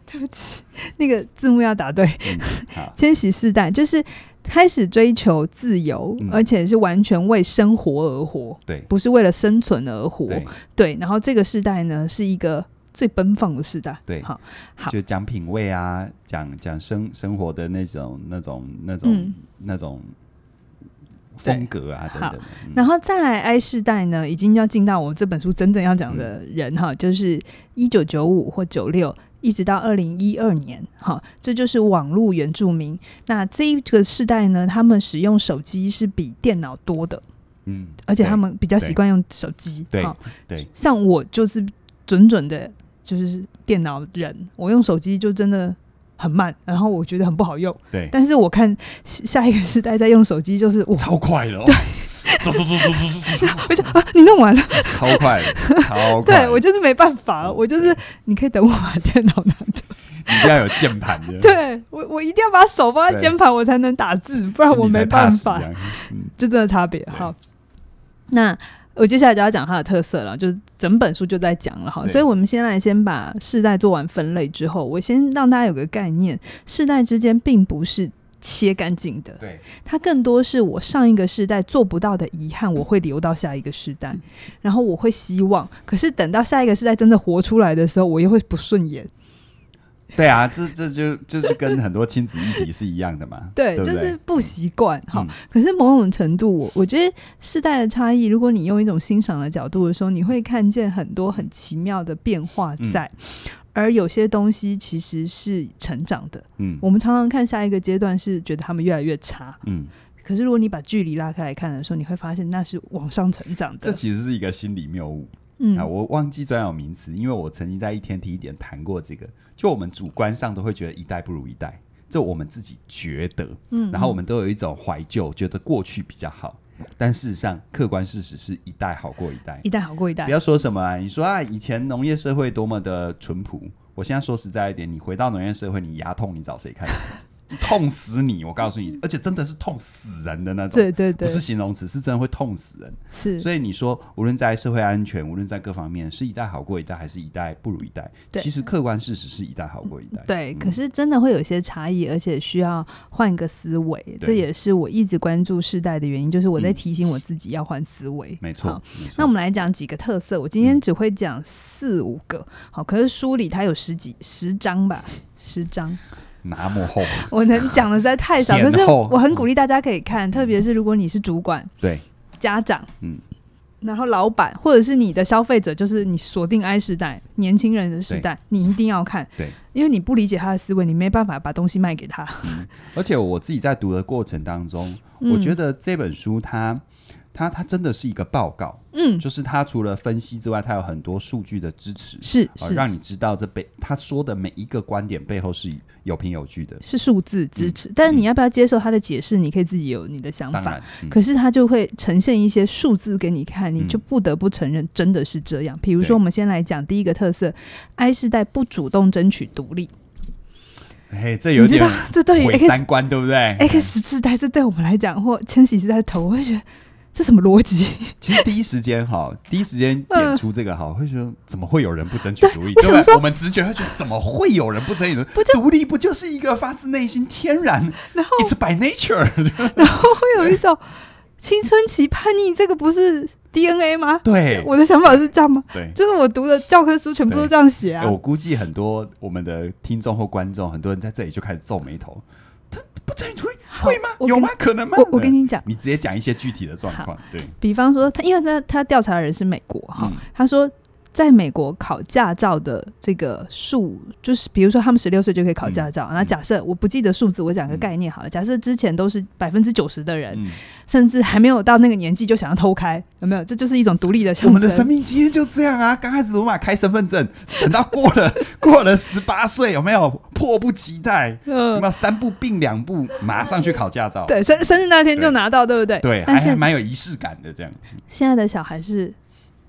[SPEAKER 2] [LAUGHS] 对不起，那个字幕要打对。
[SPEAKER 1] 嗯好，
[SPEAKER 2] 千禧世代就是开始追求自由，
[SPEAKER 1] 嗯
[SPEAKER 2] 而且是完全为生活而活，
[SPEAKER 1] 对
[SPEAKER 2] [LAUGHS] 不是为了生存而活。
[SPEAKER 1] 对，
[SPEAKER 2] 对然后这个世代呢，是一个最奔放的世代。
[SPEAKER 1] 对
[SPEAKER 2] 好，好
[SPEAKER 1] 就讲品味啊，讲讲生生活的那种那种那种、
[SPEAKER 2] 嗯
[SPEAKER 1] 那种
[SPEAKER 2] 对
[SPEAKER 1] 风格啊等
[SPEAKER 2] 好
[SPEAKER 1] 等的。嗯
[SPEAKER 2] 然后再来 I 世代呢，已经要进到我这本书真正要讲的
[SPEAKER 1] 嗯
[SPEAKER 2] 人哈，就是一九九五或九六。一直到二零一二年，哈，这就是网络原住民。那这一个世代呢，他们使用手机是比电脑多的，
[SPEAKER 1] 嗯，
[SPEAKER 2] 而且
[SPEAKER 1] 对
[SPEAKER 2] 他们比较
[SPEAKER 1] 对
[SPEAKER 2] 习惯用手机。
[SPEAKER 1] 对
[SPEAKER 2] 哈
[SPEAKER 1] 对
[SPEAKER 2] 像我就是准准的，就是电脑人，我用手机就真的很慢，然后我觉得很不好用。
[SPEAKER 1] 对，
[SPEAKER 2] 但是我看下下一个时代在用手机，就是我
[SPEAKER 1] 超快的、哦，对，嘟嘟嘟嘟嘟嘟
[SPEAKER 2] 我就啊，你弄
[SPEAKER 1] [LAUGHS]
[SPEAKER 2] 完了，
[SPEAKER 1] 嘟，超快
[SPEAKER 2] [LAUGHS]
[SPEAKER 1] 的，超快的。
[SPEAKER 2] 对我就是没办法，
[SPEAKER 1] 嗯
[SPEAKER 2] 我就是你可以等我把电脑拿走，
[SPEAKER 1] 一定要有键盘的，
[SPEAKER 2] 对我我一定要把手放在
[SPEAKER 1] 对
[SPEAKER 2] 键盘，我才能打字，不
[SPEAKER 1] 不
[SPEAKER 2] 然我没办法。
[SPEAKER 1] 嗯，
[SPEAKER 2] 就真的差别。
[SPEAKER 1] 对
[SPEAKER 2] 好，那我接下来就要讲它的特色了，就是整本书就在讲了哈。
[SPEAKER 1] 对
[SPEAKER 2] 所以我们先来先把世代做完分类之后，我先让大家有个概念，世代之间并不是。切干净的，
[SPEAKER 1] 对，
[SPEAKER 2] 它更多是我上一个世代做不到的遗憾，我会留到下一个世代，
[SPEAKER 1] 嗯
[SPEAKER 2] 然后我会希望，可是等到下一个世代真的活出来的时候，我又会不顺眼，
[SPEAKER 1] 对啊，这这就就是跟很多亲子议题是一样的嘛，
[SPEAKER 2] [LAUGHS] 对，
[SPEAKER 1] 不
[SPEAKER 2] 就
[SPEAKER 1] 对
[SPEAKER 2] 是不习惯哈。
[SPEAKER 1] 嗯
[SPEAKER 2] 可是某种程度，我我觉得世代的差异，如果你用一种欣赏的角度的时候，你会看见很多很奇妙的变化在。
[SPEAKER 1] 嗯
[SPEAKER 2] 而有些东西其实是成长的，
[SPEAKER 1] 嗯
[SPEAKER 2] 我们常常看下一个阶段是觉得他们越来越差，
[SPEAKER 1] 嗯，
[SPEAKER 2] 可是如果你把距离拉开来看的时候，你会发现那是往上成长
[SPEAKER 1] 这
[SPEAKER 2] 的。
[SPEAKER 1] 其实是一个心理谬误。
[SPEAKER 2] 嗯
[SPEAKER 1] 啊，我忘记专有名词，因为我曾经在一天提一点谈过这个。就我们主观上都会觉得一代不如一代，这我们自己觉得，
[SPEAKER 2] 嗯
[SPEAKER 1] 然后我们都有一种怀旧，觉得过去比较好。但事实上，客观事实是一代好过一代
[SPEAKER 2] 一。代好过一代
[SPEAKER 1] 不，要说什么、啊，你说啊，以前农业社会多么的淳朴，我现在说实在一点，你回到农业社会，你牙痛，你找谁
[SPEAKER 2] [LAUGHS]
[SPEAKER 1] 看？痛死你！我告诉你，而且真的是痛死人的那种，
[SPEAKER 2] 对对对，
[SPEAKER 1] 不是形容词，是真的会痛死人。
[SPEAKER 2] 是
[SPEAKER 1] 所以你说，无论在社会安全，无论在各方面，是一代好过一代，还是一代不如一代？
[SPEAKER 2] 对
[SPEAKER 1] 其实客观事实是一代好过一代。
[SPEAKER 2] 对，
[SPEAKER 1] 嗯
[SPEAKER 2] 可是真的会有一些差异，而且需要换个思维。这
[SPEAKER 1] 对
[SPEAKER 2] 也是我一直关注世代的原因，就是我在
[SPEAKER 1] 嗯
[SPEAKER 2] 提醒我自己要换思维。
[SPEAKER 1] 没
[SPEAKER 2] 好
[SPEAKER 1] 错。没错嗯
[SPEAKER 2] 那我们来讲几个特色，我今天只会讲四五个。好，可是书里它有十几十章吧。十章，
[SPEAKER 1] 那么厚，
[SPEAKER 2] 我能讲的实在
[SPEAKER 1] [LAUGHS]
[SPEAKER 2] 太少，可
[SPEAKER 1] 天
[SPEAKER 2] 是
[SPEAKER 1] 后嗯
[SPEAKER 2] 我很鼓励大家可以看，特别是如果你是主管、
[SPEAKER 1] 对，
[SPEAKER 2] 家长，
[SPEAKER 1] 嗯
[SPEAKER 2] 然后老板或者是你的消费者，就是你锁定 I 时代、年轻人的时代，你一定要看，
[SPEAKER 1] 对，
[SPEAKER 2] 因为你不理解他的思维，你没办法把东西卖给他。
[SPEAKER 1] 嗯
[SPEAKER 2] 嗯
[SPEAKER 1] 而且我自己在读的过程当中，我觉
[SPEAKER 2] 得
[SPEAKER 1] 得这本书它。它它真的是一个报告，
[SPEAKER 2] 嗯，
[SPEAKER 1] 就是它除了分析之外，它有很多数据的支持，
[SPEAKER 2] 是
[SPEAKER 1] 啊、
[SPEAKER 2] 是
[SPEAKER 1] 让你知道这背他说的每一个观点背后是有凭有据的。
[SPEAKER 2] 是数字支持，但是你要不要接受他的解释，你可以自己有你的想
[SPEAKER 1] 嗯当
[SPEAKER 2] 法。
[SPEAKER 1] 然，嗯、
[SPEAKER 2] 可是他就会呈现一些数字给你看，你
[SPEAKER 1] 嗯
[SPEAKER 2] 就不得不承认真的是这样。比如
[SPEAKER 1] 对
[SPEAKER 2] 说，我们先来讲第一个特色，I 世代不主动争取独立，
[SPEAKER 1] 嘿，这有
[SPEAKER 2] 你知
[SPEAKER 1] 点
[SPEAKER 2] 道这对于
[SPEAKER 1] 毁
[SPEAKER 2] X
[SPEAKER 1] 三观，对不对？
[SPEAKER 2] X 世代，这对我们来讲或千禧世代的头，我会觉得这什么逻
[SPEAKER 1] [LAUGHS]
[SPEAKER 2] 辑？
[SPEAKER 1] 其实第一时间哈，第一时间点出这个哈，会觉得怎么会有人不争取独立？
[SPEAKER 2] 嗯我
[SPEAKER 1] 对
[SPEAKER 2] 想
[SPEAKER 1] 不对？
[SPEAKER 2] 说
[SPEAKER 1] 我们直觉会觉得怎么会有人不争取独立？
[SPEAKER 2] 不就
[SPEAKER 1] 独立不就是一个发自内心、天然
[SPEAKER 2] 然后
[SPEAKER 1] ，it's by nature，
[SPEAKER 2] 会有一种 [LAUGHS] 青春期叛逆，这个不是 DNA 吗？ [LAUGHS]
[SPEAKER 1] 对
[SPEAKER 2] 我的想法是这样吗？
[SPEAKER 1] 对。
[SPEAKER 2] 就是我读的教科书全部都这样写啊
[SPEAKER 1] 哎。我估计很多我们的听众或观众，很多人在这里就开始皱眉头，他不争取独立会吗？
[SPEAKER 2] 我
[SPEAKER 1] 有
[SPEAKER 2] 跟
[SPEAKER 1] 吗？可能吗？
[SPEAKER 2] 我我跟
[SPEAKER 1] 对
[SPEAKER 2] 你讲，
[SPEAKER 1] 你直接讲一些具体的状况，对，
[SPEAKER 2] 比方说他，因为他他调查的人是美国哈，
[SPEAKER 1] 嗯
[SPEAKER 2] 他说在美国考驾照的这个数，就是比如说他们十六岁就可以考
[SPEAKER 1] 嗯
[SPEAKER 2] 驾照，那、假设我不记得数字，我讲个概念好了，假设之前都是百分之九十的人，
[SPEAKER 1] 嗯，
[SPEAKER 2] 甚至还没有到那个年纪就想要偷开，有没有？这就是一种独立的
[SPEAKER 1] 我
[SPEAKER 2] 象
[SPEAKER 1] 们的生
[SPEAKER 2] 征。
[SPEAKER 1] 命经验就这样啊，刚开始无法开身份证，等到过了过了十八岁，有没有迫不及待？有
[SPEAKER 2] 嗯
[SPEAKER 1] 没，有三步并两步，马上去考驾照？
[SPEAKER 2] 对，生生日那天就拿到，对不对？
[SPEAKER 1] 对，还
[SPEAKER 2] 但
[SPEAKER 1] 还
[SPEAKER 2] 是
[SPEAKER 1] 蛮有仪式感的这样，
[SPEAKER 2] 现在的小孩是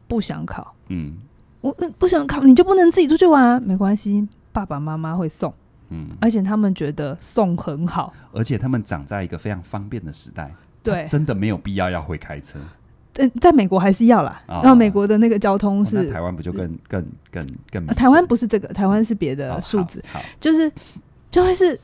[SPEAKER 2] 不想考，
[SPEAKER 1] 嗯
[SPEAKER 2] 我嗯不想考，你就不能自己出去玩啊？没关系，爸爸妈妈会送，
[SPEAKER 1] 嗯，哦
[SPEAKER 2] 而且他们觉得送很好。
[SPEAKER 1] 而且他们长在一个非常方便的时代，
[SPEAKER 2] 对
[SPEAKER 1] 他，真的没有必要要会开车，
[SPEAKER 2] 嗯，在美国还是要啦。
[SPEAKER 1] 啊
[SPEAKER 2] 然后美国的那个交通
[SPEAKER 1] 哦
[SPEAKER 2] 是
[SPEAKER 1] 那、台湾不就更更更更
[SPEAKER 2] 呃
[SPEAKER 1] 明显？
[SPEAKER 2] 台湾不是这个，台湾是别
[SPEAKER 1] 哦
[SPEAKER 2] 的
[SPEAKER 1] 好
[SPEAKER 2] 数字，
[SPEAKER 1] 好，
[SPEAKER 2] 就是就会是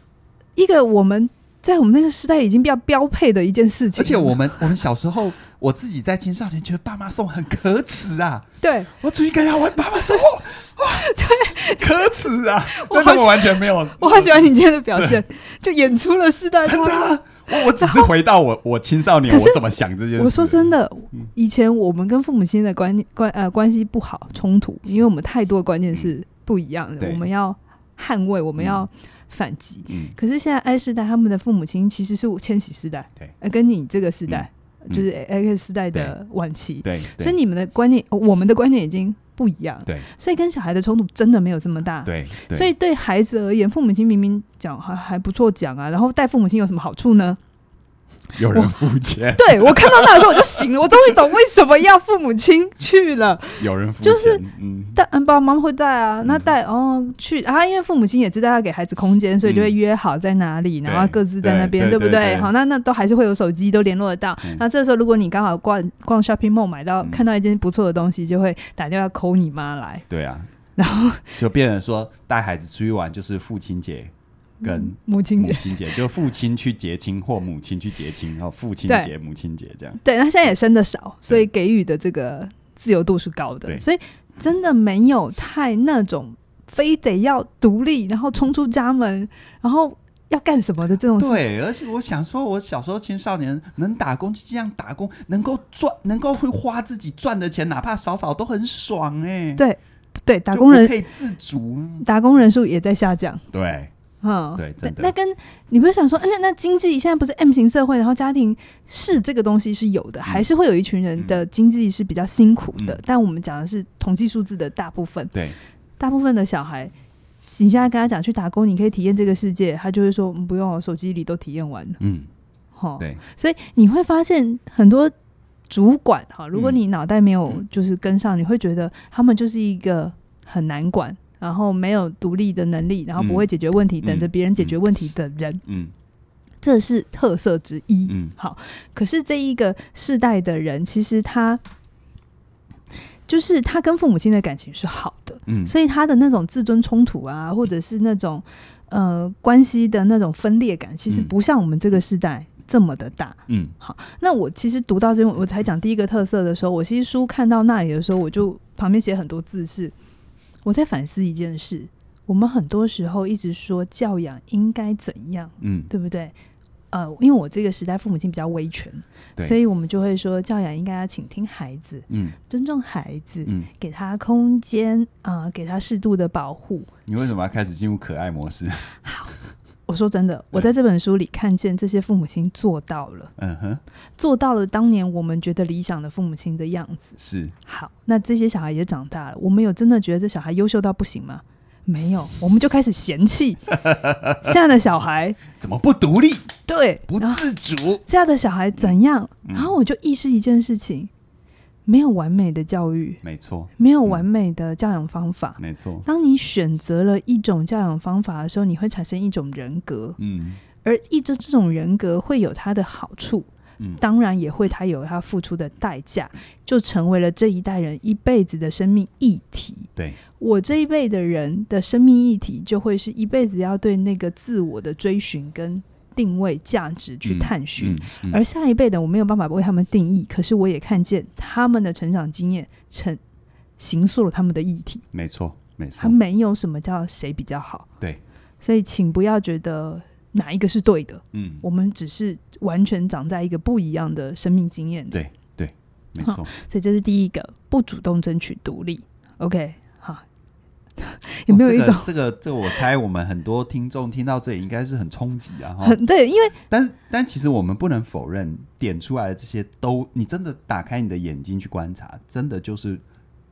[SPEAKER 2] 一个我们在我们那个时代已经比较标配的一件事情。
[SPEAKER 1] 而且我们 [LAUGHS] 我们小时候，我自己在青少年觉得爸妈送很可耻啊，
[SPEAKER 2] 对
[SPEAKER 1] 我出去跟他玩爸爸说，
[SPEAKER 2] [LAUGHS]
[SPEAKER 1] 哇，对，可耻啊！
[SPEAKER 2] 我好
[SPEAKER 1] 但他们完全没有，
[SPEAKER 2] [LAUGHS] 我好喜欢你今天的表现， [LAUGHS] 就演出了四大
[SPEAKER 1] 真
[SPEAKER 2] 超
[SPEAKER 1] 的啊、我我只是回到我我青少年
[SPEAKER 2] 可是
[SPEAKER 1] 我怎么想这件事。
[SPEAKER 2] 我说真
[SPEAKER 1] 的，
[SPEAKER 2] 的
[SPEAKER 1] 嗯，
[SPEAKER 2] 以前我们跟父母亲的观念关呃关系不好冲突，因为我们太多观念是不一样的，
[SPEAKER 1] 嗯对
[SPEAKER 2] 我们要捍卫，我们要反击。
[SPEAKER 1] 嗯，
[SPEAKER 2] 可是现在 I 世代他们的父母亲其实是千禧世代，
[SPEAKER 1] 对
[SPEAKER 2] 呃，跟你这个时代、
[SPEAKER 1] 嗯
[SPEAKER 2] 就是 X 世代的晚期，
[SPEAKER 1] 对，
[SPEAKER 2] 所以你们的观念，呃我们的观念已经不一样，
[SPEAKER 1] 对
[SPEAKER 2] 所以跟小孩的冲突真的没有这么大。
[SPEAKER 1] 对对，
[SPEAKER 2] 啊所以对孩子而言，父母亲明明讲还还不错讲啊，然后带父母亲有什么好处呢？ [LAUGHS]
[SPEAKER 1] 有人付钱，
[SPEAKER 2] 对我看到那的时候我就醒了，我终于懂为什么要父母亲去了。
[SPEAKER 1] 有人付钱，
[SPEAKER 2] 就是
[SPEAKER 1] 嗯，
[SPEAKER 2] [LAUGHS] 但嗯，爸爸妈妈会带啊，那带哦去啊，因为父母亲也知道要给孩子空间，所以就会
[SPEAKER 1] 嗯
[SPEAKER 2] 约好在哪里，然后
[SPEAKER 1] 对
[SPEAKER 2] 各自在那边，
[SPEAKER 1] 对
[SPEAKER 2] 不
[SPEAKER 1] 对对
[SPEAKER 2] 对？好，那那都还是会有手机，都联络得到
[SPEAKER 1] 嗯。
[SPEAKER 2] 那这时候如果你刚好逛逛 shopping mall 买到
[SPEAKER 1] 嗯
[SPEAKER 2] 看到一件不错的东西，就会打电话 call 你妈来。
[SPEAKER 1] 对啊，
[SPEAKER 2] 然
[SPEAKER 1] 后就变成说带孩子出去玩就是父亲节跟
[SPEAKER 2] 母亲
[SPEAKER 1] 母
[SPEAKER 2] 节，
[SPEAKER 1] 亲节，就父亲去结亲或母亲去结亲，然后父亲
[SPEAKER 2] 对
[SPEAKER 1] 节、母亲节这样。
[SPEAKER 2] 对，那现在也生的少，所以给予的这个自由度是高
[SPEAKER 1] 对
[SPEAKER 2] 的，所以真的没有太那种非得要独立，然后冲出家门，然后要干什么的这种事
[SPEAKER 1] 对，而且我想说，我小时候青少年能打工就这样打工，能够赚，能够会花自己赚的钱，哪怕少少都很爽哎、
[SPEAKER 2] 对对，打
[SPEAKER 1] 就
[SPEAKER 2] 工
[SPEAKER 1] 我
[SPEAKER 2] 人
[SPEAKER 1] 可以自足。
[SPEAKER 2] 打工人数也在下降。
[SPEAKER 1] 对
[SPEAKER 2] 嗯，
[SPEAKER 1] 对真的
[SPEAKER 2] 那那跟你不是想说，哎那那经济现在不是 M 型社会，然后家庭是这个东西是有的，还是会有一群人的经济是比较辛苦的。
[SPEAKER 1] 嗯
[SPEAKER 2] 但我们讲的是统计数字的大部分，
[SPEAKER 1] 对，
[SPEAKER 2] 大部分的小孩，你现在跟他讲去打工，你可以体验这个世界，他就会说、嗯、不用，我手机里都体验完了。
[SPEAKER 1] 嗯，
[SPEAKER 2] 哈，
[SPEAKER 1] 对，
[SPEAKER 2] 所以你会发现很多主管哈，如果
[SPEAKER 1] 嗯
[SPEAKER 2] 你脑袋没有就是跟上，你会觉得他们就是一个很难管，然后没有独立的能力，然后不会解决问题，
[SPEAKER 1] 嗯
[SPEAKER 2] 等着别人解决问题的人，
[SPEAKER 1] 嗯
[SPEAKER 2] 这是特色之一。
[SPEAKER 1] 嗯
[SPEAKER 2] 可是这一个世代的人，其实他就是他跟父母亲的感情是好的，
[SPEAKER 1] 嗯，
[SPEAKER 2] 所以他的那种自尊冲突啊，或者是那种呃关系的那种分裂感，其实
[SPEAKER 1] 嗯
[SPEAKER 2] 不像我们这个世代这么的大。
[SPEAKER 1] 嗯
[SPEAKER 2] 那我其实读到这边，我才讲第一个特色的时候，我其实书看到那里的时候，我就旁边写很多字是，我在反思一件事：我们很多时候一直说教养应该怎样，
[SPEAKER 1] 嗯，
[SPEAKER 2] 对不对？呃，因为我这个时代父母亲比较威权，
[SPEAKER 1] 对
[SPEAKER 2] 所以我们就会说教养应该要倾听孩子，
[SPEAKER 1] 嗯
[SPEAKER 2] 尊重孩子，
[SPEAKER 1] 嗯，
[SPEAKER 2] 给他空间啊、呃给他适度的保护。
[SPEAKER 1] 你为什么要开始进入可爱模式？
[SPEAKER 2] 我说真的，我在这本书里看见这些父母亲做到了，
[SPEAKER 1] 嗯哼，
[SPEAKER 2] 做到了当年我们觉得理想的父母亲的样子。
[SPEAKER 1] 是
[SPEAKER 2] 好，那这些小孩也长大了，我们有真的觉得这小孩优秀到不行吗？没有，我们就开始
[SPEAKER 1] [LAUGHS]
[SPEAKER 2] 嫌弃现在的小孩，
[SPEAKER 1] 怎么不独立、
[SPEAKER 2] 对，
[SPEAKER 1] 不
[SPEAKER 2] 然后
[SPEAKER 1] 自主？
[SPEAKER 2] 这样的小孩怎样？
[SPEAKER 1] 嗯
[SPEAKER 2] 然后我就意识一件事情：没有完美的教育，
[SPEAKER 1] 没错，
[SPEAKER 2] 没有完美的教养方法。
[SPEAKER 1] 没错，
[SPEAKER 2] 当你选择了一种教养方法的时候，你会产生一种人格，
[SPEAKER 1] 嗯
[SPEAKER 2] 而一这这种人格会有它的好处，
[SPEAKER 1] 嗯，
[SPEAKER 2] 当然也会它有它付出的代价，就成为了这一代人一辈子的生命议题。
[SPEAKER 1] 对，
[SPEAKER 2] 我这一辈的人的生命议题，就会是一辈子要对那个自我的追寻跟定位、价值去
[SPEAKER 1] 嗯
[SPEAKER 2] 探寻。
[SPEAKER 1] 嗯嗯
[SPEAKER 2] 而下一辈的我没有办法为他们定义，可是我也看见他们的成长经验成形塑了他们的议题，
[SPEAKER 1] 没错，没
[SPEAKER 2] 他
[SPEAKER 1] 错，
[SPEAKER 2] 没有什么叫谁比较好，
[SPEAKER 1] 哦对，
[SPEAKER 2] 所以请不要觉得哪一个是对的，
[SPEAKER 1] 嗯，
[SPEAKER 2] 我们只是完全长在一个不一样的生命经验，
[SPEAKER 1] 对对，没错，哦
[SPEAKER 2] 所以这是第一个，不主动争取独立，OK，好，有没有一种
[SPEAKER 1] 哦这个这个这个我猜我们很多听众听到这里应该是很冲击啊哈
[SPEAKER 2] 很、。对？因为
[SPEAKER 1] 但但其实我们不能否认，点出来的这些都，你真的打开你的眼睛去观察，真的就是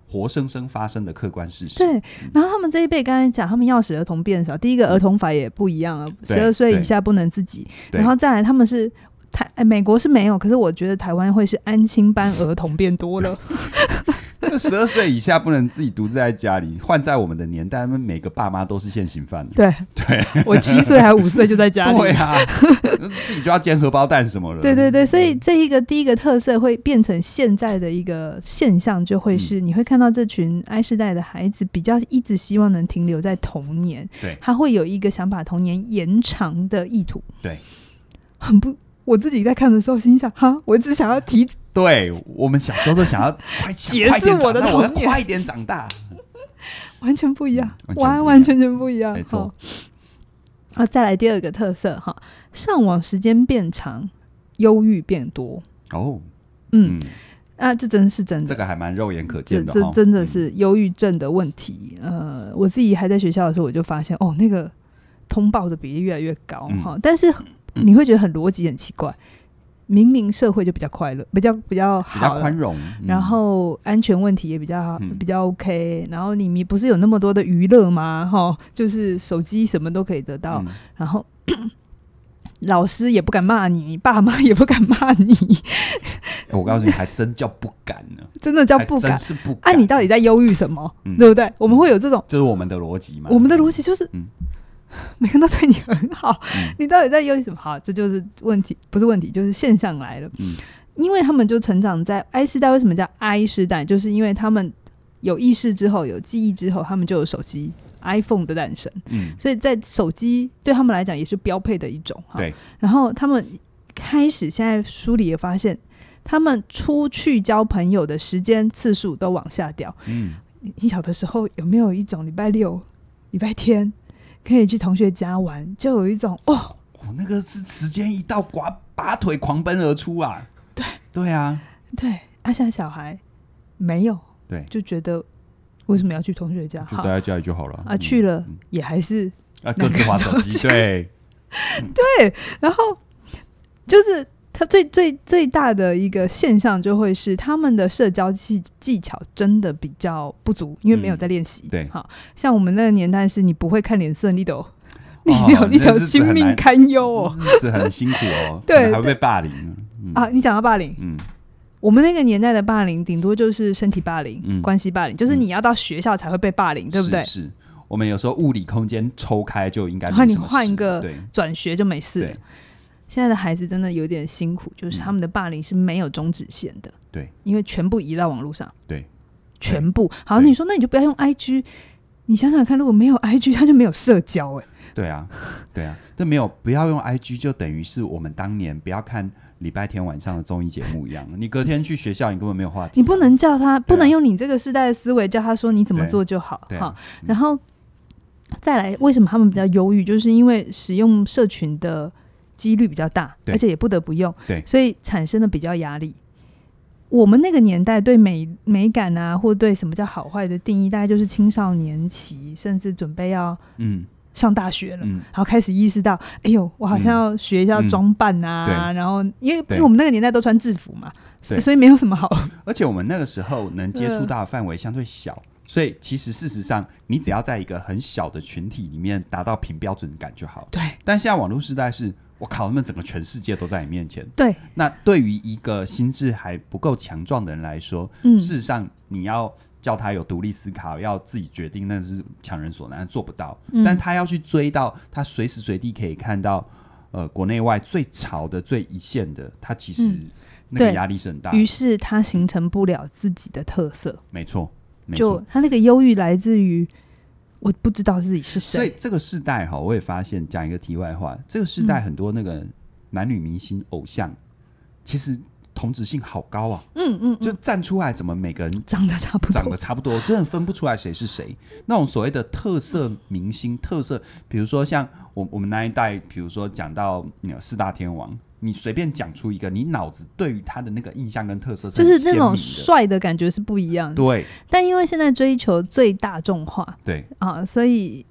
[SPEAKER 1] 活生生发生的客观事实。
[SPEAKER 2] 对，然后他们这一辈刚才讲，他们要使儿童变少，第一个儿童法也不一样了，啊
[SPEAKER 1] 嗯对
[SPEAKER 2] 十二岁
[SPEAKER 1] 对
[SPEAKER 2] 以下不能自己，
[SPEAKER 1] 对
[SPEAKER 2] 然后再来他们是。台、哎美国是没有，可是我觉得台湾会是安亲班儿童变多了，
[SPEAKER 1] 对，十二岁以下不能自己独自在家里。换在我们的年代，他们每个爸妈都是现行犯的。
[SPEAKER 2] [LAUGHS] 对
[SPEAKER 1] 对
[SPEAKER 2] 我七岁还五岁就在家里，
[SPEAKER 1] 对啊， [LAUGHS] 自己就要煎荷包蛋什么了。
[SPEAKER 2] 对对对，所以这一个第一个特色会变成现在的一个现象，就会
[SPEAKER 1] 嗯
[SPEAKER 2] 是你会看到这群 I 世代的孩子比较一直希望能停留在童年，
[SPEAKER 1] 对
[SPEAKER 2] 他会有一个想把童年延长的意图，
[SPEAKER 1] 对，
[SPEAKER 2] 很不。我自己在看的时候，心想：哈，我只想要提
[SPEAKER 1] 对，我们小时候都想要快
[SPEAKER 2] 结
[SPEAKER 1] 快点
[SPEAKER 2] 束我
[SPEAKER 1] 长
[SPEAKER 2] 的
[SPEAKER 1] 大，我要
[SPEAKER 2] 童年
[SPEAKER 1] 快点长大。
[SPEAKER 2] 完全不一样，
[SPEAKER 1] 嗯完全不一样
[SPEAKER 2] 完完全全不一样，
[SPEAKER 1] 没错
[SPEAKER 2] 哦。啊，再来第二个特色哈，上网时间变长，忧郁变多。
[SPEAKER 1] 哦，
[SPEAKER 2] 嗯，
[SPEAKER 1] 嗯，
[SPEAKER 2] 啊，这真是真的，
[SPEAKER 1] 这个还蛮肉眼可
[SPEAKER 2] 这
[SPEAKER 1] 见的
[SPEAKER 2] 这
[SPEAKER 1] 哈。
[SPEAKER 2] 真的
[SPEAKER 1] 嗯
[SPEAKER 2] 是忧郁症的问题。呃，我自己还在学校的时候，我就发现哦，那个通报的比例越来越高
[SPEAKER 1] 嗯
[SPEAKER 2] 哈、但是你会觉得很逻辑很奇怪，明明社会就比较快乐，比较比较
[SPEAKER 1] 比
[SPEAKER 2] 好
[SPEAKER 1] 较
[SPEAKER 2] 了
[SPEAKER 1] 宽容，
[SPEAKER 2] 然
[SPEAKER 1] 嗯
[SPEAKER 2] 后安全问题也比较好，
[SPEAKER 1] 嗯
[SPEAKER 2] 比较 OK，然后你们不是有那么多的娱乐吗？哈，就是手机什么都可以得到，
[SPEAKER 1] 嗯
[SPEAKER 2] 然后 [CLEARS THROAT] 老师也不敢骂你，爸妈也不敢骂你，
[SPEAKER 1] 欸我告诉你，还真叫不敢呢，
[SPEAKER 2] 真的叫
[SPEAKER 1] 还
[SPEAKER 2] 不
[SPEAKER 1] 真
[SPEAKER 2] 敢。
[SPEAKER 1] 是不
[SPEAKER 2] 啊，
[SPEAKER 1] 敢。
[SPEAKER 2] 你到底在忧郁什么？
[SPEAKER 1] 嗯
[SPEAKER 2] 对不对？我们会有这种，
[SPEAKER 1] 这是我们的逻辑嘛？
[SPEAKER 2] 我们的逻辑就是，
[SPEAKER 1] 嗯
[SPEAKER 2] 每个人都对你很好，
[SPEAKER 1] 嗯
[SPEAKER 2] 你到底在忧郁什么？好，这就是问题，不是问题，就是现象来了。
[SPEAKER 1] 嗯
[SPEAKER 2] 因为他们就成长在 I 世代，为什么叫 I 世代？就是因为他们有意识之后，有记忆之后，他们就有手机 iPhone 的诞生，
[SPEAKER 1] 嗯，
[SPEAKER 2] 所以在手机对他们来讲也是标配的一种哈。
[SPEAKER 1] 对，
[SPEAKER 2] 然后他们开始现在书里也发现，他们出去交朋友的时间次数都往下掉。
[SPEAKER 1] 嗯，
[SPEAKER 2] 你你小的时候有没有一种礼拜六、 [LAUGHS] 礼拜天可以去同学家玩，就有一种哦，
[SPEAKER 1] 我那个是时间一到，拔拔腿狂奔而出啊！对对啊，
[SPEAKER 2] 对，啊，现在小孩没有，
[SPEAKER 1] 对
[SPEAKER 2] 就觉得为什么要去同学家？
[SPEAKER 1] 就
[SPEAKER 2] 好
[SPEAKER 1] 待在家里就好了
[SPEAKER 2] 啊，去
[SPEAKER 1] 了
[SPEAKER 2] 了
[SPEAKER 1] 嗯
[SPEAKER 2] 也还是，
[SPEAKER 1] 啊，各自划手
[SPEAKER 2] 两个手
[SPEAKER 1] 机，
[SPEAKER 2] 机
[SPEAKER 1] 对，
[SPEAKER 2] 然后就是他最最最大的一个现象就会是他们的社交技技巧真的比较不足，因为没有
[SPEAKER 1] 嗯
[SPEAKER 2] 在练习。
[SPEAKER 1] 对
[SPEAKER 2] 好像我们那个年代是你不会看脸色，你都 [LAUGHS] 你
[SPEAKER 1] 哦
[SPEAKER 2] 有你
[SPEAKER 1] 那
[SPEAKER 2] 都
[SPEAKER 1] 日子
[SPEAKER 2] 性
[SPEAKER 1] 很
[SPEAKER 2] 命
[SPEAKER 1] 难
[SPEAKER 2] 堪忧哦。
[SPEAKER 1] 日子很辛苦哦，
[SPEAKER 2] [LAUGHS] 对
[SPEAKER 1] 可能还会被霸凌嗯
[SPEAKER 2] 啊，你讲到霸凌，
[SPEAKER 1] 嗯，
[SPEAKER 2] 我们那个年代的霸凌，顶多就是身体霸凌、
[SPEAKER 1] 嗯
[SPEAKER 2] 关系霸凌，就是你要到学校才会被霸凌，对不
[SPEAKER 1] 是
[SPEAKER 2] 对？
[SPEAKER 1] 是，我们有时候物理空间抽开就应该
[SPEAKER 2] 然后
[SPEAKER 1] 没
[SPEAKER 2] 你
[SPEAKER 1] 什么
[SPEAKER 2] 换
[SPEAKER 1] 事
[SPEAKER 2] 一个
[SPEAKER 1] 对
[SPEAKER 2] 转学就没事了
[SPEAKER 1] 对。嗯
[SPEAKER 2] 现在的孩子真的有点辛苦，就是他们的霸凌是没有终止线的，
[SPEAKER 1] 对，
[SPEAKER 2] 因为全部移到网络上，
[SPEAKER 1] 对，
[SPEAKER 2] 全部。好，
[SPEAKER 1] 对
[SPEAKER 2] 你说那你就不要用 IG，你想想看，如果没有 IG，他就没有社交、哎，
[SPEAKER 1] 对啊，对啊，这没有不要用 IG，就等于是我们当年不要看礼拜天晚上的综艺节目一样。你隔天去学校，你根本没有话题。
[SPEAKER 2] 你不能叫他，不能用你这个时代的思维叫他说你怎么做就好，
[SPEAKER 1] 啊对
[SPEAKER 2] 哈、
[SPEAKER 1] 啊嗯
[SPEAKER 2] 然后再来，为什么他们比较忧郁？就是因为使用社群的几率比较大，
[SPEAKER 1] 对
[SPEAKER 2] 而且也不得不用，
[SPEAKER 1] 对
[SPEAKER 2] 所以产生的比较压力。我们那个年代对美美感啊，或对什么叫好坏的定义，大概就是青少年期，甚至准备要
[SPEAKER 1] 嗯，
[SPEAKER 2] 上大学了，
[SPEAKER 1] 嗯，
[SPEAKER 2] 然后开始意识到，哎呦，我好像要学一下
[SPEAKER 1] 嗯嗯
[SPEAKER 2] 装扮啊，
[SPEAKER 1] 对
[SPEAKER 2] 然后因为因
[SPEAKER 1] 对
[SPEAKER 2] 为我们那个年代都穿制服嘛，
[SPEAKER 1] 对
[SPEAKER 2] 所以没有什么好， [LAUGHS]
[SPEAKER 1] 而且我们那个时候能接触到的范围相对小，所以其实事实上，你只要在一个很小的群体里面达到平标准感就好。
[SPEAKER 2] 对
[SPEAKER 1] 但现在网络时代是，我靠，他们整个全世界都在你面前。
[SPEAKER 2] 对，
[SPEAKER 1] 那对于一个心智还不够强壮的人来说，
[SPEAKER 2] 嗯，
[SPEAKER 1] 事实上你要叫他有独立思考，要自己决定，那是强人所难，做不到。
[SPEAKER 2] 嗯
[SPEAKER 1] 但他要去追到，他随时随地可以看到，呃，国内外最潮的、最一线的，他其实
[SPEAKER 2] 嗯
[SPEAKER 1] 那个
[SPEAKER 2] 对
[SPEAKER 1] 压力是很大的。
[SPEAKER 2] 于是他形成不了自己的特色，
[SPEAKER 1] 没错，没
[SPEAKER 2] 就
[SPEAKER 1] 错。
[SPEAKER 2] 他那个忧郁来自于我不知道自己是
[SPEAKER 1] 所以
[SPEAKER 2] 谁，
[SPEAKER 1] 这个世代哈，我也发现，讲一个题外话，这个世代很多那个男女明星偶像，其实同质性好高啊，
[SPEAKER 2] 嗯嗯，
[SPEAKER 1] 就站出来怎么每个人
[SPEAKER 2] [LAUGHS] 长得差不
[SPEAKER 1] 长得
[SPEAKER 2] 多，
[SPEAKER 1] 差不多，真的分不出来谁是谁。那种所谓的特色明星、特色，比如说像我我们那一代，比如说讲到嗯四大天王，你随便讲出一个，你脑子对于他的那个印象跟特色
[SPEAKER 2] [LAUGHS] 就是
[SPEAKER 1] 很
[SPEAKER 2] 那种
[SPEAKER 1] 鲜
[SPEAKER 2] 帅的感觉是不一样
[SPEAKER 1] 明的
[SPEAKER 2] 的。
[SPEAKER 1] 对
[SPEAKER 2] 但因为现在追求最大众化
[SPEAKER 1] 对
[SPEAKER 2] 啊，所以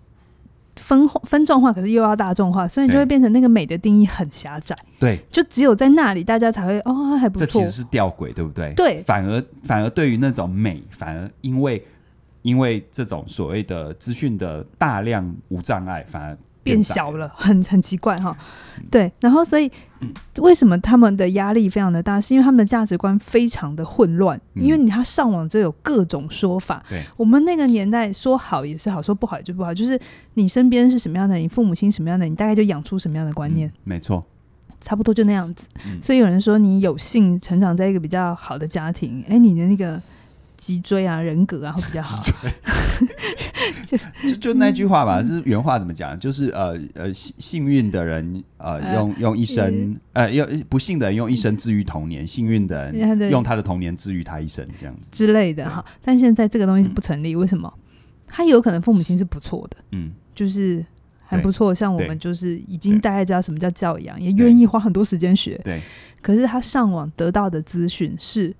[SPEAKER 2] 分化分众化，可是又要大众化，所以就
[SPEAKER 1] 对
[SPEAKER 2] 会变成那个美的定义很狭窄，
[SPEAKER 1] 对，
[SPEAKER 2] 就只有在那里大家才会哦还不
[SPEAKER 1] 这其
[SPEAKER 2] 错
[SPEAKER 1] 实，是吊诡，对不对？
[SPEAKER 2] 对
[SPEAKER 1] 反而反而对于那种美，反而因为因为这种所谓的资讯的大量无障碍，反而
[SPEAKER 2] 变
[SPEAKER 1] 窄
[SPEAKER 2] 小。了，很 [LAUGHS] 很奇怪哈。
[SPEAKER 1] 嗯
[SPEAKER 2] 对，然后所以为什么他们的压力非常的大，是因为他们的价值观非常的混乱，
[SPEAKER 1] 嗯
[SPEAKER 2] 因为你他上网就有各种说法。
[SPEAKER 1] 对
[SPEAKER 2] 我们那个年代说好也是好，说不好也就不好，就是你身边是什么样的人，你父母亲什么样的人，你大概就养出什么样的观念。
[SPEAKER 1] 嗯没错，
[SPEAKER 2] 差不多就那样子。
[SPEAKER 1] 嗯
[SPEAKER 2] 所以有人说，你有幸成长在一个比较好的家庭，哎、你的那个脊椎啊、人格啊会比较好。
[SPEAKER 1] 就就那句话
[SPEAKER 2] 嗯
[SPEAKER 1] 吧，就是原话怎么讲？就是呃呃，幸幸运的人呃
[SPEAKER 2] 呃
[SPEAKER 1] 用用一生呃用不幸的人用一生治愈童年，幸运的
[SPEAKER 2] 他
[SPEAKER 1] 人
[SPEAKER 2] 的
[SPEAKER 1] 用他的童年治愈他一生，这样子。
[SPEAKER 2] 之类的哈。但现在这个东西是不成立，为什么？他有可能父母亲是不错的，
[SPEAKER 1] 嗯，
[SPEAKER 2] 就是还不错，像我
[SPEAKER 1] 对
[SPEAKER 2] 们就是已经
[SPEAKER 1] 对
[SPEAKER 2] 大概知道什么叫教养，也愿意花很多时间学。
[SPEAKER 1] 对，
[SPEAKER 2] 可是他上网得到的资讯是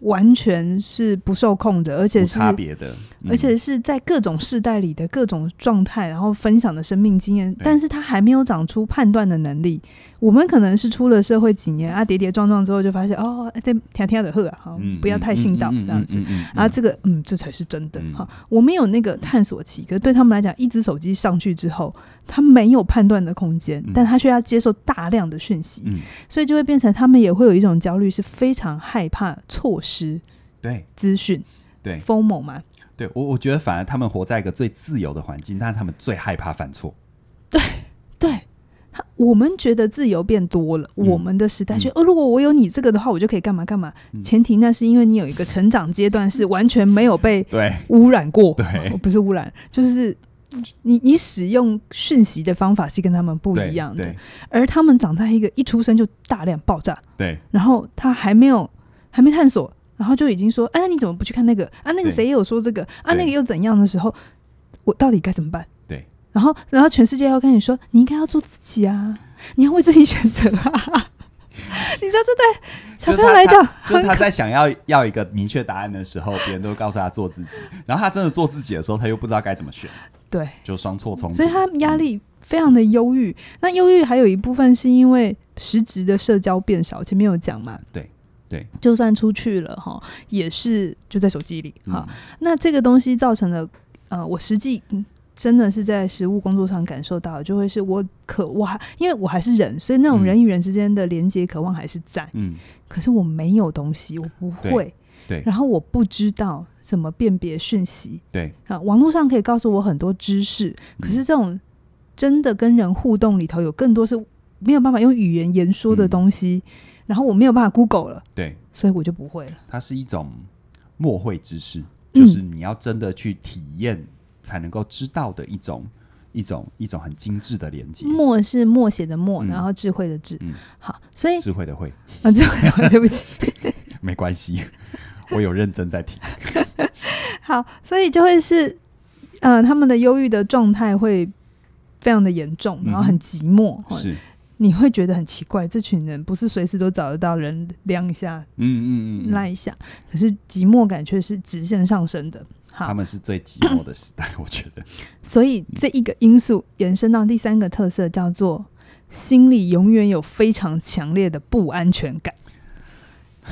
[SPEAKER 2] 完全是不受控的，而且
[SPEAKER 1] 无
[SPEAKER 2] 是
[SPEAKER 1] 差别的，嗯
[SPEAKER 2] 而且是在各种世代里的各种状态，然后分享的生命经验，
[SPEAKER 1] 对
[SPEAKER 2] 但是他还没有长出判断的能力。我们可能是出了社会几年啊，跌跌撞撞之后就发现，哦，这天天的喝啊，好
[SPEAKER 1] 嗯
[SPEAKER 2] 不要太信道
[SPEAKER 1] 嗯嗯嗯
[SPEAKER 2] 这样子
[SPEAKER 1] 嗯。嗯嗯
[SPEAKER 2] 啊，这个嗯，这才是真的
[SPEAKER 1] 嗯
[SPEAKER 2] 哈、我们有那个探索期，可是对他们来讲，一只手机上去之后，他没有判断的空间
[SPEAKER 1] 嗯，
[SPEAKER 2] 但他却要接受大量的讯息，
[SPEAKER 1] 嗯，
[SPEAKER 2] 所以就会变成他们也会有一种焦虑，是非常害怕错失
[SPEAKER 1] 对
[SPEAKER 2] 资讯
[SPEAKER 1] 对
[SPEAKER 2] FOMO 嘛，
[SPEAKER 1] 对，我我觉得反而他们活在一个最自由的环境，但是他们最害怕犯错。
[SPEAKER 2] 对他，我们觉得自由变多了，
[SPEAKER 1] 嗯
[SPEAKER 2] 我们的时代就、哦，如果我有你这个的话，我就可以干嘛干嘛。
[SPEAKER 1] 嗯
[SPEAKER 2] 前提那是因为你有一个成长阶
[SPEAKER 1] [LAUGHS]
[SPEAKER 2] 段是完全没有被
[SPEAKER 1] 对
[SPEAKER 2] 污染过，
[SPEAKER 1] 对
[SPEAKER 2] 哦不是污染，就是。你你使用讯息的方法是跟他们不
[SPEAKER 1] 对
[SPEAKER 2] 一样的
[SPEAKER 1] 对，
[SPEAKER 2] 而他们长在一个一出生就大量爆炸，
[SPEAKER 1] 对
[SPEAKER 2] 然后他还没有还没探索，然后就已经说，啊，那你怎么不去看那个啊？那个
[SPEAKER 1] 对
[SPEAKER 2] 谁也有说这个啊？
[SPEAKER 1] 对
[SPEAKER 2] 那个又怎样的时候，我到底该怎么办？
[SPEAKER 1] 对。
[SPEAKER 2] 然后，然后全世界要跟你说，你应该要做自己啊，你要为自己选择
[SPEAKER 1] [LAUGHS]
[SPEAKER 2] 啊。你知道这对小
[SPEAKER 1] 就
[SPEAKER 2] 朋友来讲，
[SPEAKER 1] 就是他在想要要一个明确答案的时候，别人都告诉他做自己，然后他真的做自己的时候，他又不知道该怎么选，
[SPEAKER 2] 对，
[SPEAKER 1] 就双错冲突。
[SPEAKER 2] 所以他压力非常的忧郁。那忧郁还有一部分是因为实质的社交变少，前面有讲嘛，
[SPEAKER 1] 对对，
[SPEAKER 2] 就算出去了哈，也是就在手机里哈。
[SPEAKER 1] 嗯
[SPEAKER 2] 那这个东西造成了，呃，我实际嗯真的是在实务工作上感受到的，就会是我渴我还因为我还是人，所以那种
[SPEAKER 1] 嗯
[SPEAKER 2] 人与人之间的连接渴望还是在，
[SPEAKER 1] 嗯，
[SPEAKER 2] 可是我没有东西，我不会，
[SPEAKER 1] 对对
[SPEAKER 2] 然后我不知道怎么辨别讯息
[SPEAKER 1] 对，
[SPEAKER 2] 啊，网络上可以告诉我很多知识，可
[SPEAKER 1] 嗯
[SPEAKER 2] 是这种真的跟人互动里头有更多是没有办法用语言言说的
[SPEAKER 1] 嗯
[SPEAKER 2] 东西，然后我没有办法 Google 了，
[SPEAKER 1] 对，
[SPEAKER 2] 所以我就不会了。
[SPEAKER 1] 它是一种默会知识，
[SPEAKER 2] 嗯
[SPEAKER 1] 就是你要真的去体验才能够知道的一种一种一种很精致的连接，
[SPEAKER 2] 默是默写的默，
[SPEAKER 1] 嗯
[SPEAKER 2] 然后智慧的智。
[SPEAKER 1] 嗯
[SPEAKER 2] 好，所以
[SPEAKER 1] 智慧的慧，
[SPEAKER 2] 啊，
[SPEAKER 1] [LAUGHS]
[SPEAKER 2] 智慧的慧，对不起。
[SPEAKER 1] 没关系， [LAUGHS] 我有认真在
[SPEAKER 2] [LAUGHS]
[SPEAKER 1] 听。
[SPEAKER 2] 好，所以就会是，呃，他们的忧郁的状态会非常的严重，然后很寂寞。哦
[SPEAKER 1] 嗯是，
[SPEAKER 2] 你会觉得很奇怪，这群人不是随时都找得到人量一下、
[SPEAKER 1] 嗯嗯嗯嗯，
[SPEAKER 2] 拉一下，可是寂寞感却是直线上升的。好
[SPEAKER 1] 他，们是最寂寞的时代，我觉得。
[SPEAKER 2] 所以这一个因素延伸到第三个特色，叫做心里永远有非常强烈的不安
[SPEAKER 1] [LAUGHS]
[SPEAKER 2] 全感，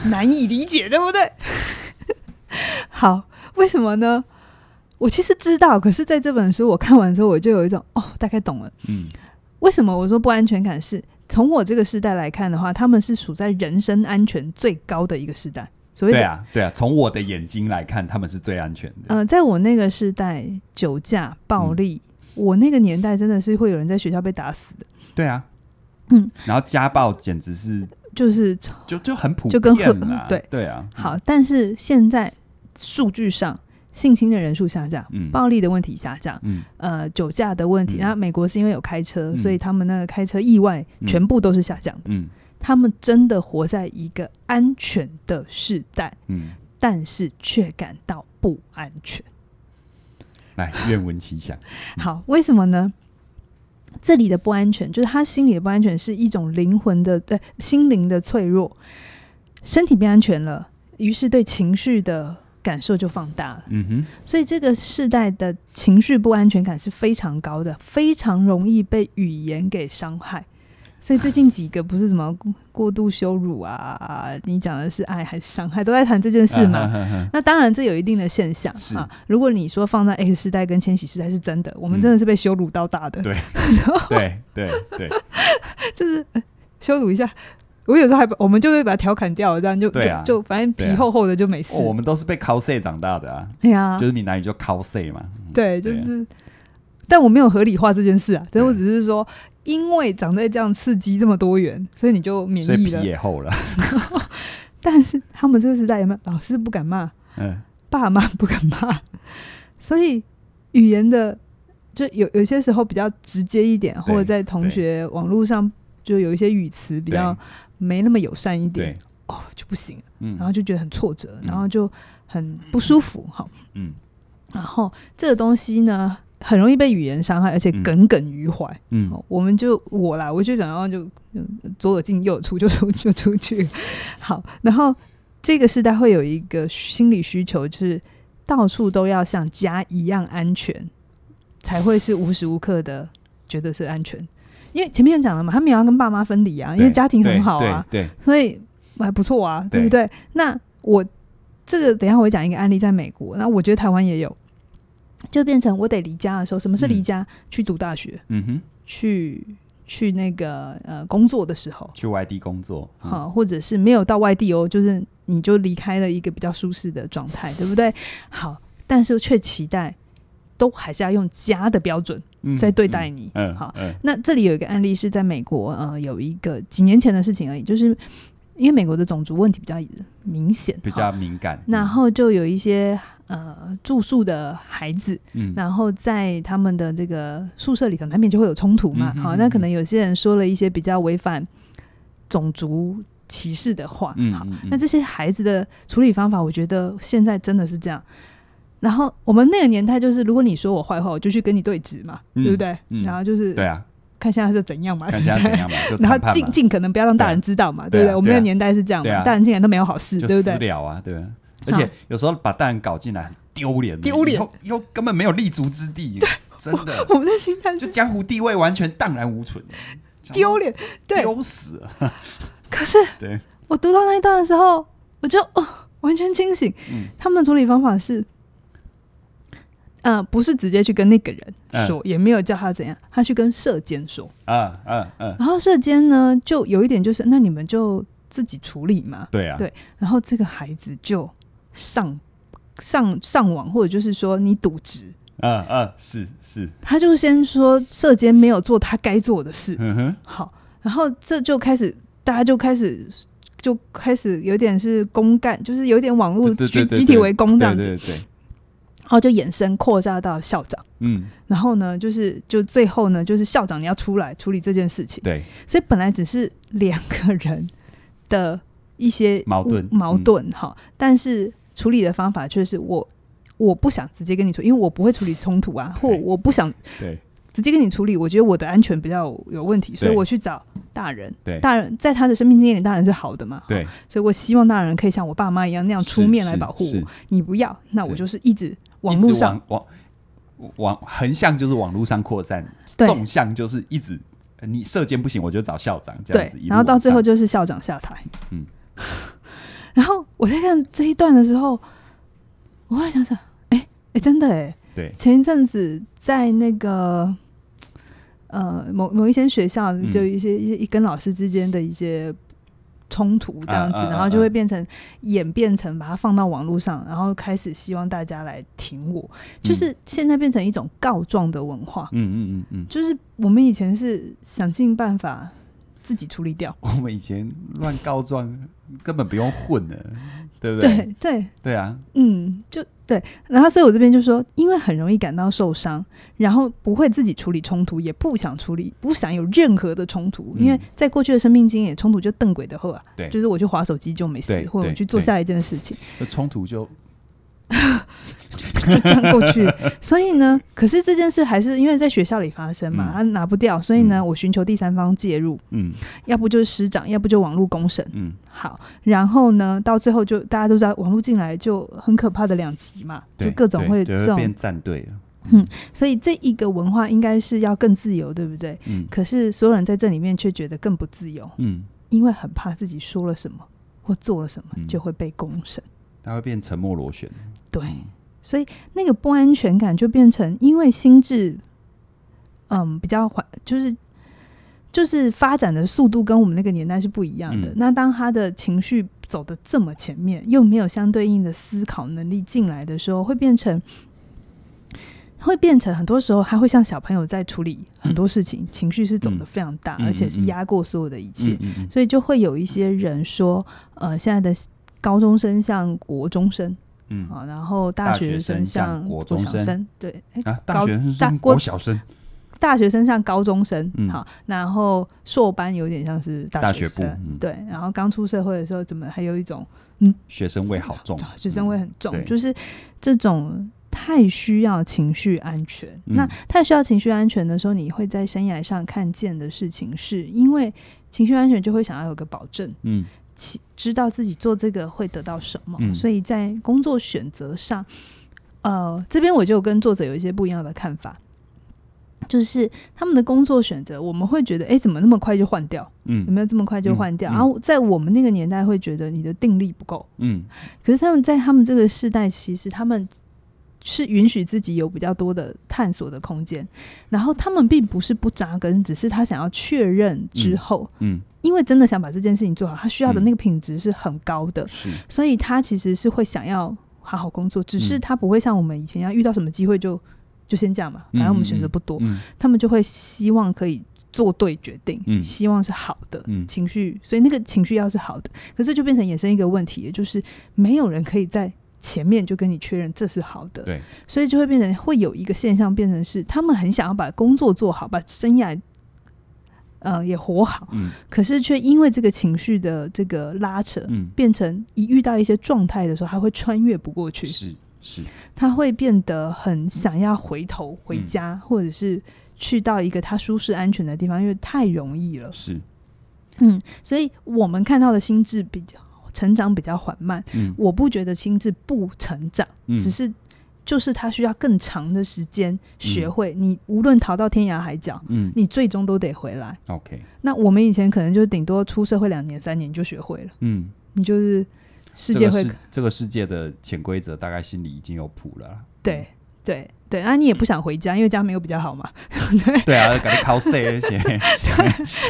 [SPEAKER 2] 难以理解，对不对？ [LAUGHS] 好，为什么呢？我其实知道，可是在这本书我看完之后，我就有一种哦，大概懂了。
[SPEAKER 1] 嗯，
[SPEAKER 2] 为什么我说不安全感是？从我这个时代来看的话，他们是处在人身安全最高的一个时代。所谓的
[SPEAKER 1] 对啊，对啊，从我的眼睛来看，他们是最安全的。
[SPEAKER 2] 呃，在我那个时代，酒驾、
[SPEAKER 1] 嗯
[SPEAKER 2] 暴力，我那个年代真的是会有人在学校被打死的，
[SPEAKER 1] 对啊，
[SPEAKER 2] 嗯，
[SPEAKER 1] 然后家暴简直是
[SPEAKER 2] 就是
[SPEAKER 1] 就就很普遍啦，
[SPEAKER 2] 就跟和
[SPEAKER 1] 对
[SPEAKER 2] 对
[SPEAKER 1] 对啊，
[SPEAKER 2] 好。但是现在数据上，性侵的人数下降，
[SPEAKER 1] 嗯
[SPEAKER 2] 暴力的问题下降，
[SPEAKER 1] 嗯
[SPEAKER 2] 呃，酒驾的问
[SPEAKER 1] 嗯
[SPEAKER 2] 题，然后美国是因为有开车，
[SPEAKER 1] 嗯
[SPEAKER 2] 所以他们那个开车意外
[SPEAKER 1] 嗯
[SPEAKER 2] 全部都是下降的。
[SPEAKER 1] 嗯
[SPEAKER 2] 他们真的活在一个安全的时代，
[SPEAKER 1] 嗯，
[SPEAKER 2] 但是却感到不安全。
[SPEAKER 1] 来愿闻其详。
[SPEAKER 2] 好，为什么呢？这里的不安全，就是他心里的不安全，是一种灵魂的对心灵的脆弱，身体变安全了，于是对情绪的感受就放大了。
[SPEAKER 1] 嗯哼，
[SPEAKER 2] 所以这个世代的情绪不安全感是非常高的，非常容易被语言给伤害。所以最近几个不是什么过过度羞辱啊，你讲的是爱还是伤害，都在谈这
[SPEAKER 1] [LAUGHS]
[SPEAKER 2] 件事嘛。
[SPEAKER 1] 啊哈哈哈
[SPEAKER 2] 那当然，这有一定的现象
[SPEAKER 1] 是
[SPEAKER 2] 啊。如果你说放在 X 时代跟千禧时代是真的，我们真的是被羞辱到大的，
[SPEAKER 1] 嗯对
[SPEAKER 2] [LAUGHS]
[SPEAKER 1] 对对对
[SPEAKER 2] 就是、呃羞辱一下。我有时候还把我们就会把它调侃掉，这样就、
[SPEAKER 1] 对啊
[SPEAKER 2] 就就反正
[SPEAKER 1] 对
[SPEAKER 2] 皮
[SPEAKER 1] 啊
[SPEAKER 2] 厚厚的就没事
[SPEAKER 1] 哦，。我们都是被 cos 长大的啊，
[SPEAKER 2] 哎呀
[SPEAKER 1] 就，是闽南语叫 cos 嘛。
[SPEAKER 2] 对，就
[SPEAKER 1] 对啊
[SPEAKER 2] 是。但我没有合理化这件事啊，
[SPEAKER 1] 对
[SPEAKER 2] 但我只是说，因为长在这样刺激这么多元，所以你就免
[SPEAKER 1] 所以
[SPEAKER 2] 疫
[SPEAKER 1] 皮
[SPEAKER 2] 了。
[SPEAKER 1] 也厚了， [LAUGHS]
[SPEAKER 2] 但是他们这个时代有没有老师不敢骂，
[SPEAKER 1] 嗯
[SPEAKER 2] 爸妈不敢骂， [LAUGHS] 所以语言的就有有些时候比较直接一点，或者在同学网络上就有一些语词比较没那么友善一点
[SPEAKER 1] 对，，
[SPEAKER 2] 哦就不行，
[SPEAKER 1] 嗯，
[SPEAKER 2] 然后就觉得很挫折，
[SPEAKER 1] 嗯
[SPEAKER 2] 然后就很不舒服，好，
[SPEAKER 1] 嗯
[SPEAKER 2] 然后这个东西呢。很容易被语言伤害，而且
[SPEAKER 1] 嗯
[SPEAKER 2] 耿耿于怀。
[SPEAKER 1] 嗯
[SPEAKER 2] 好我们就我啦，我就想要就就左耳进右耳出，就出就出去。 [LAUGHS] 好，然后这个时代会有一个心理需求，就是到处都要像家一样安全，才会是无时无刻的觉得是安全。因为前面讲了嘛，他们也要跟爸妈分离啊，因为
[SPEAKER 1] 对
[SPEAKER 2] 家庭很好
[SPEAKER 1] 对
[SPEAKER 2] 啊，
[SPEAKER 1] 对，对
[SPEAKER 2] 所以还不错啊，
[SPEAKER 1] 对
[SPEAKER 2] 对不对？那我这个等一下我会讲一个案例，在美国，那我觉得台湾也有，就变成我得离家的时候，什么是离
[SPEAKER 1] 嗯
[SPEAKER 2] 家？去读大学。
[SPEAKER 1] 嗯哼，
[SPEAKER 2] 去去那个呃工作的时候，
[SPEAKER 1] 去外地工作，嗯
[SPEAKER 2] 好、或者是没有到外地哦，就是你就离开了一个比较舒适的状态，对不对？好，但是却期待都还是要用家的标准
[SPEAKER 1] 嗯
[SPEAKER 2] 在对待你。
[SPEAKER 1] 嗯，嗯
[SPEAKER 2] 好，
[SPEAKER 1] 嗯
[SPEAKER 2] 那这里有一个案例是在美国，呃，有一个几年前的事情而已，就是因为美国的种族问题比较明显，
[SPEAKER 1] 比
[SPEAKER 2] 好
[SPEAKER 1] 较敏感，嗯
[SPEAKER 2] 然后就有一些呃住宿的孩子，
[SPEAKER 1] 嗯
[SPEAKER 2] 然后在他们的这个宿舍里头，难免就会有冲突嘛
[SPEAKER 1] 嗯。哼
[SPEAKER 2] 好、
[SPEAKER 1] 嗯
[SPEAKER 2] 那
[SPEAKER 1] 哼
[SPEAKER 2] 可能有些人说了一些比较违反种族歧视的话。
[SPEAKER 1] 嗯
[SPEAKER 2] 好，
[SPEAKER 1] 嗯嗯
[SPEAKER 2] 那这些孩子的处理方法，我觉得现在真的是这样。然后我们那个年代就是，如果你说我坏话，我就去跟你对峙嘛，
[SPEAKER 1] 嗯
[SPEAKER 2] 对不对？
[SPEAKER 1] 嗯
[SPEAKER 2] 然后就是
[SPEAKER 1] 对啊，
[SPEAKER 2] 看现在是怎样嘛，
[SPEAKER 1] 看现在
[SPEAKER 2] [LAUGHS] 对不
[SPEAKER 1] 怎
[SPEAKER 2] 对
[SPEAKER 1] 样嘛，就
[SPEAKER 2] 啊
[SPEAKER 1] 谈
[SPEAKER 2] 然
[SPEAKER 1] 判
[SPEAKER 2] 后
[SPEAKER 1] 嘛
[SPEAKER 2] 尽尽可能不要让大人知道嘛，
[SPEAKER 1] 对啊
[SPEAKER 2] 不对？我们
[SPEAKER 1] 对啊
[SPEAKER 2] 那个年代是这样
[SPEAKER 1] 对啊
[SPEAKER 2] 嘛，大人进来都没有好事，
[SPEAKER 1] 就
[SPEAKER 2] 对不
[SPEAKER 1] 私
[SPEAKER 2] 对？
[SPEAKER 1] 了啊，对啊，而且有时候把大人搞进来很丢脸的，
[SPEAKER 2] 丢脸
[SPEAKER 1] 以后，以后根本没有立足之地， [LAUGHS] 真的，
[SPEAKER 2] 我们的心态
[SPEAKER 1] 就是江湖地位完全荡然无存，
[SPEAKER 2] 丢脸，对，
[SPEAKER 1] 丢死了，
[SPEAKER 2] 可是
[SPEAKER 1] 对，
[SPEAKER 2] 我读到那一段的时候，我就哦完全清醒。
[SPEAKER 1] 嗯
[SPEAKER 2] 他们的处理方法是，呃，不是直接去跟那个人说，也没有叫他怎样，他去跟社监说。
[SPEAKER 1] 啊啊啊，
[SPEAKER 2] 然后社监呢，就有一点就是，那你们就自己处理嘛。
[SPEAKER 1] 对啊，
[SPEAKER 2] 对然后这个孩子就上上上网，或者就是说你渎职，
[SPEAKER 1] 啊啊，是是，
[SPEAKER 2] 他就先说社监没有做他该做的事。
[SPEAKER 1] 嗯哼，
[SPEAKER 2] 好，然后这就开始，大家就开始就开始有点是公干，就是有点网络
[SPEAKER 1] 对对
[SPEAKER 2] 去
[SPEAKER 1] 对对
[SPEAKER 2] 集体围攻这
[SPEAKER 1] 对
[SPEAKER 2] 样子，
[SPEAKER 1] 对对，
[SPEAKER 2] 然后就衍生扩大到校长。
[SPEAKER 1] 嗯，
[SPEAKER 2] 然后呢，就是就最后呢，就是校长你要出来处理这件事情，
[SPEAKER 1] 对，
[SPEAKER 2] 所以本来只是两个人的一些
[SPEAKER 1] 矛盾嗯
[SPEAKER 2] 矛盾哈，但是处理的方法却是我我不想直接跟你说，因为我不会处理冲突啊，或
[SPEAKER 1] 对
[SPEAKER 2] 我不想
[SPEAKER 1] 对，
[SPEAKER 2] 直接跟你处理，我觉得我的安全比较有问题，所以
[SPEAKER 1] 对
[SPEAKER 2] 我去找大人。
[SPEAKER 1] 对
[SPEAKER 2] 大人在他的生命经验里，大人是好的嘛？
[SPEAKER 1] 对，
[SPEAKER 2] 所以我希望大人可以像我爸妈一样那样出
[SPEAKER 1] 是
[SPEAKER 2] 面来
[SPEAKER 1] 是
[SPEAKER 2] 保护
[SPEAKER 1] 是
[SPEAKER 2] 我。你不要，那我
[SPEAKER 1] 对
[SPEAKER 2] 就是一直网
[SPEAKER 1] 一直
[SPEAKER 2] 络上
[SPEAKER 1] 往往往横向就是往路上扩散，
[SPEAKER 2] 对
[SPEAKER 1] 纵向就是一直呃你射箭不行，我就找校长这样
[SPEAKER 2] 对
[SPEAKER 1] 子，一，路
[SPEAKER 2] 然后到
[SPEAKER 1] 往
[SPEAKER 2] 最后
[SPEAKER 1] 上
[SPEAKER 2] 就是校长下台。
[SPEAKER 1] 嗯，
[SPEAKER 2] [LAUGHS] 然后我在看这一段的时候，我后来想想，哎、哎、真的哎、
[SPEAKER 1] 对
[SPEAKER 2] 前一阵子在那个呃某某一些学校，
[SPEAKER 1] 嗯
[SPEAKER 2] 就有一些一些一跟老师之间的一些冲突这样子，
[SPEAKER 1] 啊啊啊
[SPEAKER 2] 然后就会变成演变成把它放到网络上，然后开始希望大家来挺我，
[SPEAKER 1] 嗯
[SPEAKER 2] 就是现在变成一种告状的文化。
[SPEAKER 1] 嗯嗯嗯嗯，
[SPEAKER 2] 就是我们以前是想尽办法自己处理掉，
[SPEAKER 1] 我们以前乱告状根本不用混的，对不对
[SPEAKER 2] 对对，
[SPEAKER 1] 对啊，
[SPEAKER 2] 嗯，就对。然后，所以我这边就说，因为很容易感到受伤，然后不会自己处理冲突，也不想处理，不想有任何的冲突，
[SPEAKER 1] 嗯
[SPEAKER 2] 因为在过去的生命经验，冲突就瞪鬼的后啊，
[SPEAKER 1] 对
[SPEAKER 2] 就是我去划手机就没事
[SPEAKER 1] 对，
[SPEAKER 2] 或者我
[SPEAKER 1] 对
[SPEAKER 2] 去做
[SPEAKER 1] 对
[SPEAKER 2] 下一件事
[SPEAKER 1] [LAUGHS]
[SPEAKER 2] 情，
[SPEAKER 1] 那冲突就
[SPEAKER 2] 就这样过去。所以呢，可是这件事还是因为在学校里发生嘛
[SPEAKER 1] 嗯，
[SPEAKER 2] 他拿不掉，所以呢，
[SPEAKER 1] 嗯
[SPEAKER 2] 我寻求第三方介入，
[SPEAKER 1] 嗯
[SPEAKER 2] 要不就是师长，要不就网络公审。
[SPEAKER 1] 嗯，
[SPEAKER 2] 好，然后呢，到最后就大家都知道，网络进来就很可怕的两极嘛，就
[SPEAKER 1] 对
[SPEAKER 2] 各种
[SPEAKER 1] 对
[SPEAKER 2] 会
[SPEAKER 1] 对
[SPEAKER 2] 这种
[SPEAKER 1] 变战队了，
[SPEAKER 2] 所以这一个文化应该是要更自由，对不对？
[SPEAKER 1] 嗯
[SPEAKER 2] 可是所有人在这里面却觉得更不自由，
[SPEAKER 1] 嗯，
[SPEAKER 2] 因为很怕自己说了什么或做了什么
[SPEAKER 1] 嗯
[SPEAKER 2] 就会被公审。
[SPEAKER 1] 它会变沉默螺旋，
[SPEAKER 2] 对，
[SPEAKER 1] 嗯
[SPEAKER 2] 所以那个不安全感就变成因为心智，嗯，比较缓，就是就是发展的速度跟我们那个年代是不一样的。
[SPEAKER 1] 嗯
[SPEAKER 2] 那当他的情绪走的这么前面，又没有相对应的思考能力进来的时候，会变成。会变成很多时候，他会像小朋友在处理很多事情，情绪是走的非常大，
[SPEAKER 1] 嗯
[SPEAKER 2] 而且是
[SPEAKER 1] 嗯嗯
[SPEAKER 2] 压过所有的一切。
[SPEAKER 1] 嗯嗯嗯
[SPEAKER 2] 所以就会有一些人说，呃，现在的高中生像国中生
[SPEAKER 1] 嗯
[SPEAKER 2] 啊，然后
[SPEAKER 1] 大
[SPEAKER 2] 大学
[SPEAKER 1] 学
[SPEAKER 2] 生
[SPEAKER 1] 生像
[SPEAKER 2] 像
[SPEAKER 1] 国
[SPEAKER 2] 小
[SPEAKER 1] 中生
[SPEAKER 2] 生，对，诶
[SPEAKER 1] 啊，大
[SPEAKER 2] 哎高
[SPEAKER 1] 学生
[SPEAKER 2] 大
[SPEAKER 1] 生
[SPEAKER 2] 国
[SPEAKER 1] 国小生，
[SPEAKER 2] 大学生像高中生，
[SPEAKER 1] 嗯
[SPEAKER 2] 好，然后硕班有点像是大
[SPEAKER 1] 大学
[SPEAKER 2] 学
[SPEAKER 1] 部
[SPEAKER 2] 生，
[SPEAKER 1] 嗯
[SPEAKER 2] 对，然后刚出社会的时候，怎么还有一种
[SPEAKER 1] 学生味好重，
[SPEAKER 2] 哦学生味很重，
[SPEAKER 1] 嗯对
[SPEAKER 2] 就是这种。太需要情绪安全，
[SPEAKER 1] 嗯
[SPEAKER 2] 那太需要情绪安全的时候，你会在生涯上看见的事情是，因为情绪安全就会想要有个保证，
[SPEAKER 1] 嗯
[SPEAKER 2] 其知道自己做这个会得到什么，
[SPEAKER 1] 嗯
[SPEAKER 2] 所以在工作选择上，呃，这边我就跟作者有一些不一样的看法，就是他们的工作选择，我们会觉得，诶，怎么那么快就换掉？
[SPEAKER 1] 嗯
[SPEAKER 2] 有没有这么快就换掉？
[SPEAKER 1] 嗯嗯
[SPEAKER 2] 然后在我们那个年代会觉得你的定力不够，
[SPEAKER 1] 嗯
[SPEAKER 2] 可是他们在他们这个世代，其实他们。是允许自己有比较多的探索的空间，然后他们并不是不扎根，只是他想要确认之
[SPEAKER 1] 嗯
[SPEAKER 2] 后，
[SPEAKER 1] 嗯
[SPEAKER 2] 因为真的想把这件事情做好，他需要的
[SPEAKER 1] 嗯
[SPEAKER 2] 那个品质是很高的，
[SPEAKER 1] 是，
[SPEAKER 2] 所以他其实是会想要好好工作，只是
[SPEAKER 1] 嗯
[SPEAKER 2] 他不会像我们以前一样遇到什么机会就就先这样嘛，反正我们选择不多，
[SPEAKER 1] 嗯
[SPEAKER 2] 他们就会希望可以做对决定，
[SPEAKER 1] 嗯
[SPEAKER 2] 希望是好的。
[SPEAKER 1] 嗯
[SPEAKER 2] 情绪，所以那个情绪要是好的，可是就变成衍生一个问题，也就是没有人可以在前面就跟你确认这是好的，
[SPEAKER 1] 对，
[SPEAKER 2] 所以就会变成会有一个现象，变成是他们很想要把工作做好，把生涯呃也活好，
[SPEAKER 1] 嗯
[SPEAKER 2] 可是却因为这个情绪的这个拉扯，
[SPEAKER 1] 嗯
[SPEAKER 2] 变成一遇到一些状态的时候，他会穿越不过去，
[SPEAKER 1] 是是，
[SPEAKER 2] 他会变得很想要回头回
[SPEAKER 1] 嗯
[SPEAKER 2] 家，或者是去到一个他舒适安全的地方，因为太容易了。
[SPEAKER 1] 是，
[SPEAKER 2] 嗯，所以我们看到的心智比较成长比较缓慢，
[SPEAKER 1] 嗯，
[SPEAKER 2] 我不觉得心智不成长，
[SPEAKER 1] 嗯
[SPEAKER 2] 只是就是他需要更长的时间学会。你无论逃到天涯海角，
[SPEAKER 1] 嗯
[SPEAKER 2] 你最终都得回来。
[SPEAKER 1] ，OK，
[SPEAKER 2] 那我们以前可能就顶多出社会两年、三年就学会了，
[SPEAKER 1] 嗯，
[SPEAKER 2] 你就是世
[SPEAKER 1] 这
[SPEAKER 2] 界
[SPEAKER 1] 个
[SPEAKER 2] 会
[SPEAKER 1] 世这个世界的潜规则，大概心里已经有谱了啦。
[SPEAKER 2] 对对对，那、你也
[SPEAKER 1] 嗯
[SPEAKER 2] 不想回家，因为家没有比较好嘛，对，
[SPEAKER 1] [LAUGHS] 对啊，感觉 cos 而
[SPEAKER 2] [LAUGHS]
[SPEAKER 1] 且，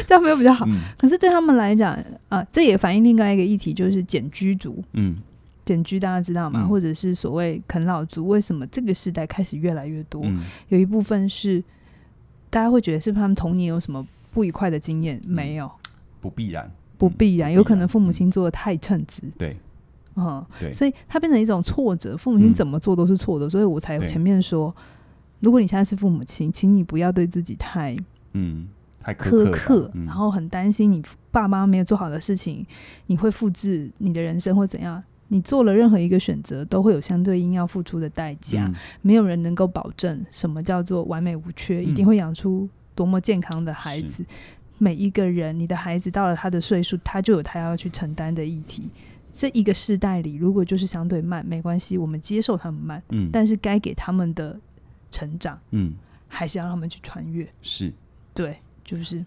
[SPEAKER 2] 家没有比较好。
[SPEAKER 1] 嗯
[SPEAKER 2] 可是对他们来讲，啊，这也反映另外一个议题，就是简居族。
[SPEAKER 1] 嗯
[SPEAKER 2] 简居大家知道嘛，
[SPEAKER 1] 嗯
[SPEAKER 2] 或者是所谓啃老族，为什么这个时代开始越来越多？
[SPEAKER 1] 嗯，
[SPEAKER 2] 有一部分是大家会觉得是不是他们童年有什么不愉快的经验？
[SPEAKER 1] 嗯
[SPEAKER 2] 没有，
[SPEAKER 1] 不必然，
[SPEAKER 2] 不必然，
[SPEAKER 1] 不必
[SPEAKER 2] 有可能
[SPEAKER 1] 然
[SPEAKER 2] 父母亲做的太称职，
[SPEAKER 1] 对
[SPEAKER 2] 嗯，
[SPEAKER 1] 对，
[SPEAKER 2] 所以它变成一种挫折，父母亲
[SPEAKER 1] 嗯
[SPEAKER 2] 怎么做都是错的，所以我才
[SPEAKER 1] 对
[SPEAKER 2] 前面说，如果你现在是父母亲，请你不要对自己太
[SPEAKER 1] 嗯，太苛
[SPEAKER 2] 苛
[SPEAKER 1] 了
[SPEAKER 2] 刻，
[SPEAKER 1] 嗯
[SPEAKER 2] 然后很担心你爸妈没有做好的事情，你会复制你的人生或怎样。你做了任何一个选择，都会有相对应要付出的代价。
[SPEAKER 1] 嗯
[SPEAKER 2] 没有人能够保证什么叫做完美无缺，一
[SPEAKER 1] 嗯
[SPEAKER 2] 定会养出多么健康的孩
[SPEAKER 1] 是
[SPEAKER 2] 子。每一个人，你的孩子到了他的岁数，他就有他要去承担的议题。这一个世代里，如果就是相对慢，没关系，我们接受他们慢，
[SPEAKER 1] 嗯，
[SPEAKER 2] 但是该给他们的成长，
[SPEAKER 1] 嗯
[SPEAKER 2] 还是要让他们去穿越。
[SPEAKER 1] 是。
[SPEAKER 2] 对，就是，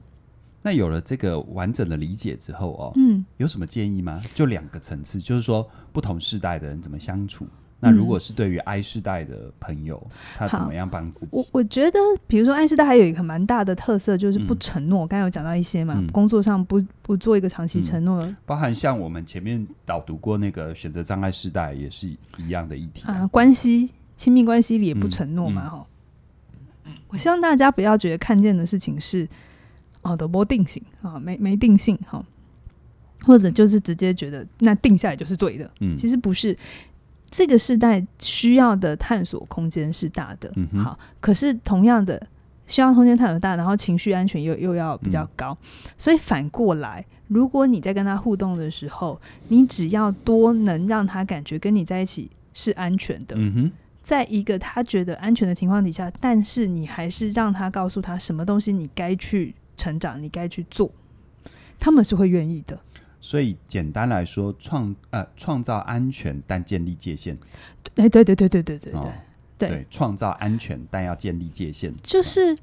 [SPEAKER 1] 那有了这个完整的理解之后哦，
[SPEAKER 2] 嗯，
[SPEAKER 1] 有什么建议吗？就两个层次，就是说不同世代的人怎么相
[SPEAKER 2] 嗯
[SPEAKER 1] 处。那如果是对于 I 世代的朋友，他怎
[SPEAKER 2] 好
[SPEAKER 1] 么样帮自
[SPEAKER 2] 我
[SPEAKER 1] 己？
[SPEAKER 2] 我觉得，比如说爱斯达还有一个蛮大的特色，就是不
[SPEAKER 1] 嗯
[SPEAKER 2] 承诺。我刚才有讲到一些嘛，
[SPEAKER 1] 嗯
[SPEAKER 2] 工作上不不做一个长期
[SPEAKER 1] 嗯
[SPEAKER 2] 承诺的
[SPEAKER 1] 包含像我们前面导读过那个选择障碍世代，也是一样的议题
[SPEAKER 2] 啊、
[SPEAKER 1] 啊。
[SPEAKER 2] 关系亲密关系里也不
[SPEAKER 1] 嗯
[SPEAKER 2] 承诺嘛，哈、我希望大家不要觉得看见的事情是哦都不定性啊，没没定性哈、或者就是直接觉得那定下来就是对的，
[SPEAKER 1] 嗯
[SPEAKER 2] 其实不是。这个时代需要的探索空间是大的，
[SPEAKER 1] 嗯哼
[SPEAKER 2] 好，可是同样的需要空间探索大，然后情绪安全又又要
[SPEAKER 1] 嗯
[SPEAKER 2] 比较高，所以反过来，如果你在跟他互动的时候，你只要多能让他感觉跟你在一起是安全的，
[SPEAKER 1] 嗯哼，
[SPEAKER 2] 在一个他觉得安全的情况底下，但是你还是让他告诉他什么东西你该去成长，你该去做，他们是会愿意的。
[SPEAKER 1] 所以简单来说，创呃创造安全，但建立界限。
[SPEAKER 2] 哎，对对对对对对对，
[SPEAKER 1] 哦
[SPEAKER 2] 对
[SPEAKER 1] 对，创造安全，但要建立界限。
[SPEAKER 2] 就是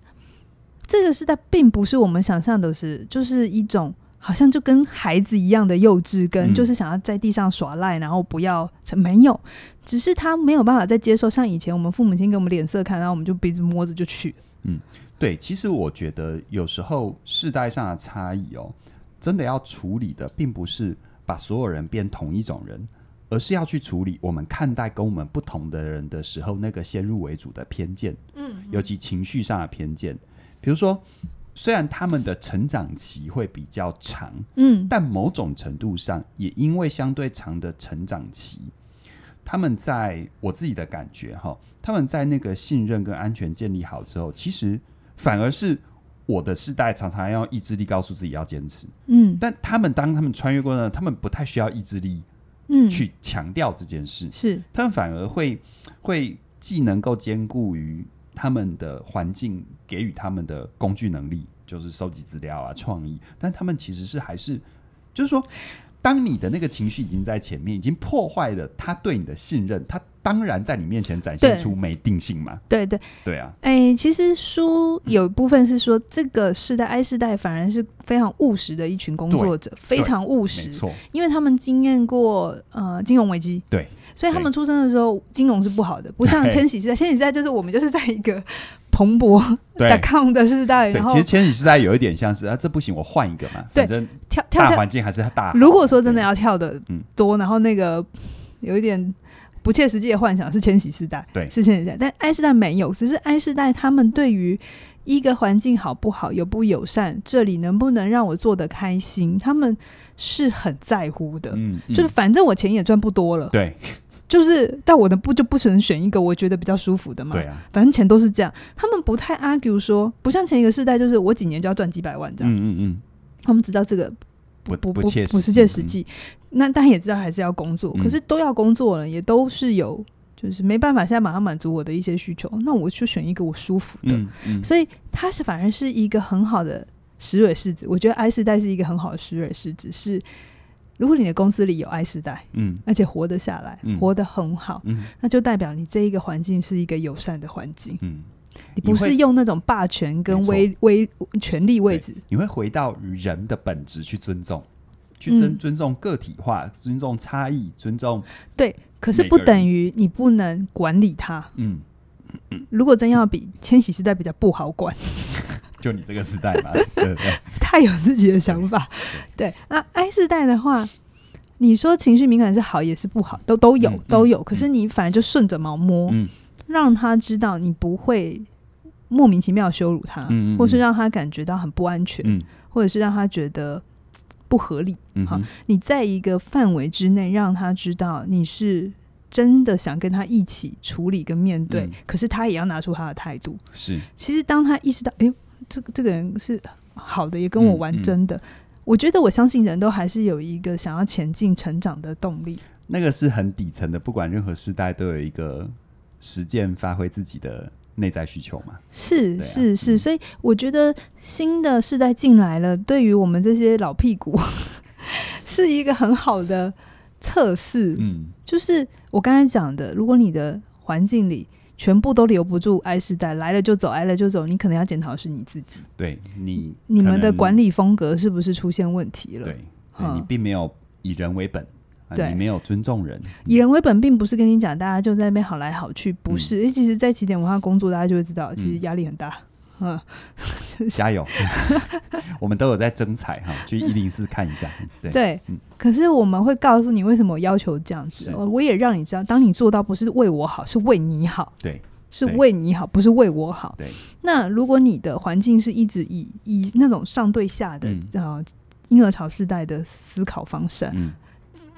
[SPEAKER 2] 这个时代并不是我们想象的是，就是一种。好像就跟孩子一样的幼稚，跟
[SPEAKER 1] 嗯
[SPEAKER 2] 就是想要在地上耍赖，然后不要没有，只是他没有办法再接受像以前我们父母亲给我们脸色看，然后我们就鼻子摸着就去。
[SPEAKER 1] 对，其实我觉得有时候世代上的差异哦，真的要处理的，并不是把所有人变同一种人，而是要去处理我们看待跟我们不同的人的时候，那个先入为主的偏见，
[SPEAKER 2] 嗯，
[SPEAKER 1] 尤其情绪上的偏见。比如说，虽然他们的成长期会比较长，
[SPEAKER 2] 嗯
[SPEAKER 1] 但某种程度上，也因为相对长的成长期，他们在我自己的感觉哈，他们在那个信任跟安全建立好之后，其实反而是我的世代常常要意志力告诉自己要坚持，
[SPEAKER 2] 嗯
[SPEAKER 1] 但他们当他们穿越过呢，他们不太需要意志力
[SPEAKER 2] 嗯，
[SPEAKER 1] 去强调这件事，
[SPEAKER 2] 是
[SPEAKER 1] 他们反而会会既能够兼顾于他们的环境给予他们的工具能力，就是收集资料啊、创意，但他们其实是还是就是说，当你的那个情绪已经在前面，已经破坏了他对你的信任，他当然在你面前展现
[SPEAKER 2] 对
[SPEAKER 1] 出没定性嘛，
[SPEAKER 2] 对对，
[SPEAKER 1] 对啊，
[SPEAKER 2] 哎、其实书
[SPEAKER 1] 嗯
[SPEAKER 2] 有一部分是说，这个世代 I 世代反而是非常务实的一群工作者，非常务
[SPEAKER 1] 没
[SPEAKER 2] 实，
[SPEAKER 1] 错，
[SPEAKER 2] 因为他们经验过呃金融危机，
[SPEAKER 1] 对，
[SPEAKER 2] 所以他们出生的时候金融是不好的，不像
[SPEAKER 1] 嘿
[SPEAKER 2] 千禧世代，千禧世代就是我们就是在一个蓬勃
[SPEAKER 1] 对
[SPEAKER 2] 打。抗的世代，
[SPEAKER 1] 对
[SPEAKER 2] 然，后
[SPEAKER 1] 其实千禧时代有一点像是啊，这不行，我换一个嘛，
[SPEAKER 2] 对
[SPEAKER 1] 反正
[SPEAKER 2] 跳跳
[SPEAKER 1] 大
[SPEAKER 2] 跳
[SPEAKER 1] 环境还是大好。
[SPEAKER 2] 如果说真的
[SPEAKER 1] 对
[SPEAKER 2] 要跳的
[SPEAKER 1] 嗯
[SPEAKER 2] 多，然后那个有一点不切实际的幻想是千禧世代，
[SPEAKER 1] 对
[SPEAKER 2] 是千禧世代，但 I 世代没有，只是 I 世代他们对于一个环境好不好、友不友善，这里能不能让我做的开心，他们是很在乎的。
[SPEAKER 1] 嗯，嗯
[SPEAKER 2] 就是反正我钱也赚不多了，
[SPEAKER 1] 对
[SPEAKER 2] 就是但我的不就不能选一个我觉得比较舒服的嘛。
[SPEAKER 1] 对啊，
[SPEAKER 2] 反正钱都是这样，他们不太 argue 说，不像前一个世代，就是我几年就要赚几百万这样。
[SPEAKER 1] 嗯嗯嗯，
[SPEAKER 2] 他们知道这个
[SPEAKER 1] 不
[SPEAKER 2] 啊不
[SPEAKER 1] 不切
[SPEAKER 2] 不是切实际。那但也知道还是要工作，
[SPEAKER 1] 嗯
[SPEAKER 2] 可是都要工作了，也都是有，就是没办法现在马上满足我的一些需求，那我就选一个我舒服的。
[SPEAKER 1] 嗯嗯，
[SPEAKER 2] 所以它是反而是一个很好的石蕊试纸，我觉得 I 世代是一个很好的石蕊试纸，是如果你的公司里有 I 世代，
[SPEAKER 1] 嗯
[SPEAKER 2] 而且活得下来，
[SPEAKER 1] 嗯
[SPEAKER 2] 活得很好。
[SPEAKER 1] 嗯
[SPEAKER 2] 那就代表你这一个环境是一个友善的环境，
[SPEAKER 1] 嗯，
[SPEAKER 2] 你不
[SPEAKER 1] 会
[SPEAKER 2] 是用那种霸权跟
[SPEAKER 1] 没错
[SPEAKER 2] 威威权力位
[SPEAKER 1] 对
[SPEAKER 2] 置，
[SPEAKER 1] 你会回到人的本质去尊重，去尊
[SPEAKER 2] 嗯
[SPEAKER 1] 尊重个体化，尊重差异，尊重
[SPEAKER 2] 对。可是
[SPEAKER 1] 每
[SPEAKER 2] 不
[SPEAKER 1] 个人
[SPEAKER 2] 等于你不能管理它，
[SPEAKER 1] 嗯，
[SPEAKER 2] 如果真要比千禧时代比较不好管， [LAUGHS]
[SPEAKER 1] 就你这个时代嘛，对对对
[SPEAKER 2] 太有自己的想法。对，那 I 世代的话，你说情绪敏感是好也是不好，都都有
[SPEAKER 1] 嗯嗯
[SPEAKER 2] 都有。可是你反而就顺着毛摸，
[SPEAKER 1] 嗯
[SPEAKER 2] 让他知道你不会莫名其妙羞辱他，
[SPEAKER 1] 嗯嗯嗯
[SPEAKER 2] 或是让他感觉到很不安全，
[SPEAKER 1] 嗯
[SPEAKER 2] 或者是让他觉得不合理。
[SPEAKER 1] 嗯
[SPEAKER 2] 好
[SPEAKER 1] 哼，
[SPEAKER 2] 你在一个范围之内让他知道你是。真的想跟他一起处理跟面对，
[SPEAKER 1] 嗯
[SPEAKER 2] 可是他也要拿出他的态度。
[SPEAKER 1] 是
[SPEAKER 2] 其实当他意识到，哎呦，这个这个人是好的，也跟我玩真的，我觉得我相信人都还是有一个想要前进成长的动力。
[SPEAKER 1] 那个是很底层的，不管任何时代都有一个实践发挥自己的内在需求嘛。
[SPEAKER 2] 是
[SPEAKER 1] 对啊
[SPEAKER 2] 是是，
[SPEAKER 1] 嗯
[SPEAKER 2] 所以我觉得新的世代进来了，对于我们这些老屁股 [LAUGHS] 是一个很好的测试。
[SPEAKER 1] 嗯，
[SPEAKER 2] 就是我刚才讲的，如果你的环境里全部都留不住 I 世代，来了就走，来了就走，你可能要检讨的是你自己，
[SPEAKER 1] 对你
[SPEAKER 2] 嗯你们
[SPEAKER 1] 可
[SPEAKER 2] 的
[SPEAKER 1] 能
[SPEAKER 2] 管理风格是不是出现问题了？
[SPEAKER 1] 对，对
[SPEAKER 2] 嗯
[SPEAKER 1] 你并没有以人为本，啊
[SPEAKER 2] 对
[SPEAKER 1] 你没有尊重
[SPEAKER 2] [LAUGHS]
[SPEAKER 1] 人，
[SPEAKER 2] 以人为本，并不是跟你讲大家就在那边好来好去，不
[SPEAKER 1] 嗯
[SPEAKER 2] 是。因为其实，在起点文化工作，大家就会知道，其实压力很大。嗯，
[SPEAKER 1] 加油！ [LAUGHS] 我们都有在征才哈，
[SPEAKER 2] [LAUGHS]
[SPEAKER 1] 去一零四看一下。对，
[SPEAKER 2] 对。
[SPEAKER 1] 嗯
[SPEAKER 2] 可是我们会告诉你为什么我要求这样子，
[SPEAKER 1] 是
[SPEAKER 2] 哦我也让你知道，当你做到不是为我好，是为你好。
[SPEAKER 1] 对。
[SPEAKER 2] 是
[SPEAKER 1] 对
[SPEAKER 2] 为你好，不是为我好。
[SPEAKER 1] 对。
[SPEAKER 2] 那如果你的环境是一直以以那种上对下的、
[SPEAKER 1] 嗯
[SPEAKER 2] 呃婴儿潮世代的思考方式，
[SPEAKER 1] 嗯，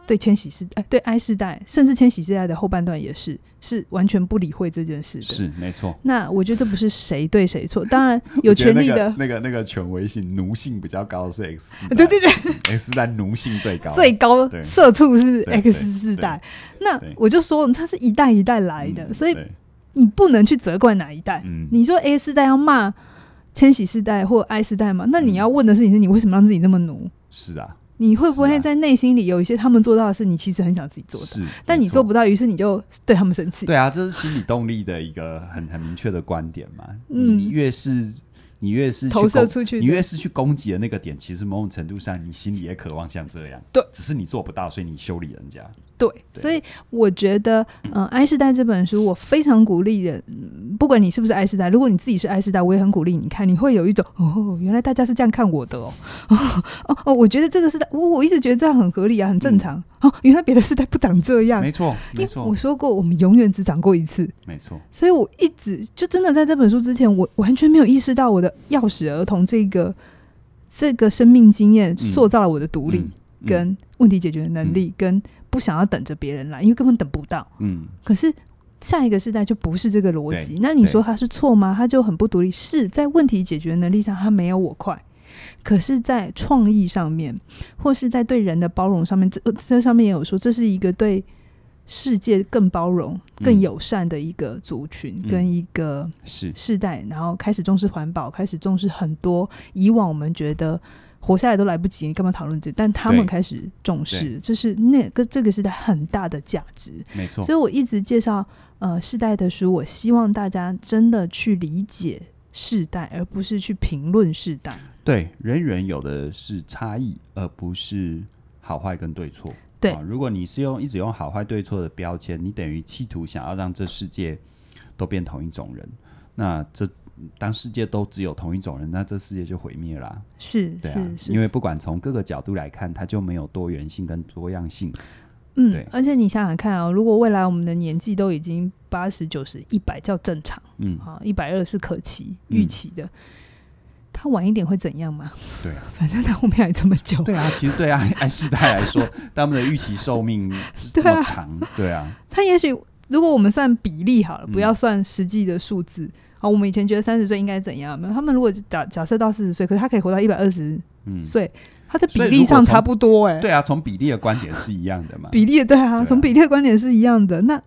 [SPEAKER 2] 对千禧世代、对 I 世代，甚至千禧世代的后半段也是，是完全不理会这件事的。
[SPEAKER 1] 是没错。
[SPEAKER 2] 那我觉得这不是谁对
[SPEAKER 1] [LAUGHS]
[SPEAKER 2] 谁错，当然有权利的，
[SPEAKER 1] 那个那个权威性、奴性比较高是 X，
[SPEAKER 2] 对对对，
[SPEAKER 1] X 代奴性最高
[SPEAKER 2] 最高
[SPEAKER 1] 对
[SPEAKER 2] 社畜是
[SPEAKER 1] 对
[SPEAKER 2] X 世代。那
[SPEAKER 1] 对
[SPEAKER 2] 我就说，它是一代一代来的，
[SPEAKER 1] 嗯
[SPEAKER 2] 所以
[SPEAKER 1] 对
[SPEAKER 2] 你不能去责怪哪一代。
[SPEAKER 1] 嗯
[SPEAKER 2] 你说 A 世代要骂千禧世代或 I 世代嘛？
[SPEAKER 1] 嗯
[SPEAKER 2] 那你要问的事情是你为什么让自己那么奴？
[SPEAKER 1] 是啊，
[SPEAKER 2] 你会不
[SPEAKER 1] 是
[SPEAKER 2] 会
[SPEAKER 1] 啊
[SPEAKER 2] 在内心里有一些他们做到的事，你其实很想自己做的，
[SPEAKER 1] 是，
[SPEAKER 2] 但你
[SPEAKER 1] 没错
[SPEAKER 2] 做不到，于是你就对他们生气。
[SPEAKER 1] 对啊，这是心理动力的一个很很明确的观点嘛。
[SPEAKER 2] 嗯
[SPEAKER 1] 嗯，你越是你越是去
[SPEAKER 2] 投射
[SPEAKER 1] 攻
[SPEAKER 2] 出去的
[SPEAKER 1] 你越是去攻击的那个点，其实某种程度上你心里也渴望像这样。
[SPEAKER 2] 对，
[SPEAKER 1] 只是你做不到，所以你修理人家。
[SPEAKER 2] 对，
[SPEAKER 1] 对
[SPEAKER 2] 所以我觉得，嗯、呃，《爱世代》这本书，我非常鼓励人，嗯不管你是不是爱世代，如果你自己是爱世代，我也很鼓励你看，你会有一种哦，原来大家是这样看我的哦， [LAUGHS] 哦哦哦，我觉得这个世代，我我一直觉得这样很合理啊，很正常、 [LAUGHS] 哦，原来别的世代不长这样
[SPEAKER 1] 没，错，
[SPEAKER 2] 因
[SPEAKER 1] 没
[SPEAKER 2] 为
[SPEAKER 1] 错
[SPEAKER 2] 我，说过，我们永远只长过一次，
[SPEAKER 1] 没错。
[SPEAKER 2] 所以我一直就真的在这本书之前，我完全没有意识到我的钥匙儿童这个这个生命经验塑造了我的独立。
[SPEAKER 1] 嗯嗯
[SPEAKER 2] 跟问题解决的能力，跟不想要等着别人来，因为根本等不到。
[SPEAKER 1] 嗯
[SPEAKER 2] 可是下一个时代就不是这个逻辑。那你
[SPEAKER 1] 对
[SPEAKER 2] 说他是错吗？他就很不独立，是在问题解决能力上他没有我快，可是，在创意上面，或是在对人的包容上面，这这上面也有说，这是一个对世界更包容、更
[SPEAKER 1] 嗯
[SPEAKER 2] 友善的一个族群、
[SPEAKER 1] 嗯
[SPEAKER 2] 跟一个
[SPEAKER 1] 是
[SPEAKER 2] 世代，然后开始重视环保，开始重视很多以往我们觉得活下来都来不及，你干嘛讨论这？但他们
[SPEAKER 1] 对
[SPEAKER 2] 开始重视，这是那个这个时代很大的价值。
[SPEAKER 1] 没错
[SPEAKER 2] 所，以我一直介绍呃世代的书，我希望大家真的去理解世代，而不是去评论世代。
[SPEAKER 1] 对人与人有的是差异，而不是好坏跟对错。
[SPEAKER 2] 对
[SPEAKER 1] 啊如果你是用一直用好坏对错的标签，你等于企图想要让这世界都变同一种人，那这当世界都只有同一种人，那这世界就毁灭啦。
[SPEAKER 2] 是、
[SPEAKER 1] 对啊
[SPEAKER 2] 是，是，
[SPEAKER 1] 因为不管从各个角度来看，它就没有多元性跟多样性。
[SPEAKER 2] 嗯
[SPEAKER 1] 对，
[SPEAKER 2] 而且你想想看哦，如果未来我们的年纪都已经八十九十一百叫正常
[SPEAKER 1] 嗯，
[SPEAKER 2] 啊，一百二是可期
[SPEAKER 1] 嗯
[SPEAKER 2] 预期的。他晚一点会怎样吗？
[SPEAKER 1] 对啊，
[SPEAKER 2] [LAUGHS] 反正他后面还这么久，
[SPEAKER 1] 对啊，其实对啊，按世代来说，他们的预期寿命是这
[SPEAKER 2] 对啊
[SPEAKER 1] 么长，对啊，
[SPEAKER 2] 他也许如果我们算比例好了，
[SPEAKER 1] 嗯
[SPEAKER 2] 不要算实际的数字。好，我们以前觉得三十岁应该怎样？没有，他们如果假假设到四十岁，可是他可以活到一百二十
[SPEAKER 1] 嗯，
[SPEAKER 2] [LAUGHS] 岁，他在比
[SPEAKER 1] 所以如
[SPEAKER 2] 例
[SPEAKER 1] 果
[SPEAKER 2] 上
[SPEAKER 1] 从
[SPEAKER 2] 差不多哎、
[SPEAKER 1] 对啊，从比例的观点是一样的嘛。
[SPEAKER 2] 比例对啊，
[SPEAKER 1] 对啊
[SPEAKER 2] 从比例的观点是一样的。那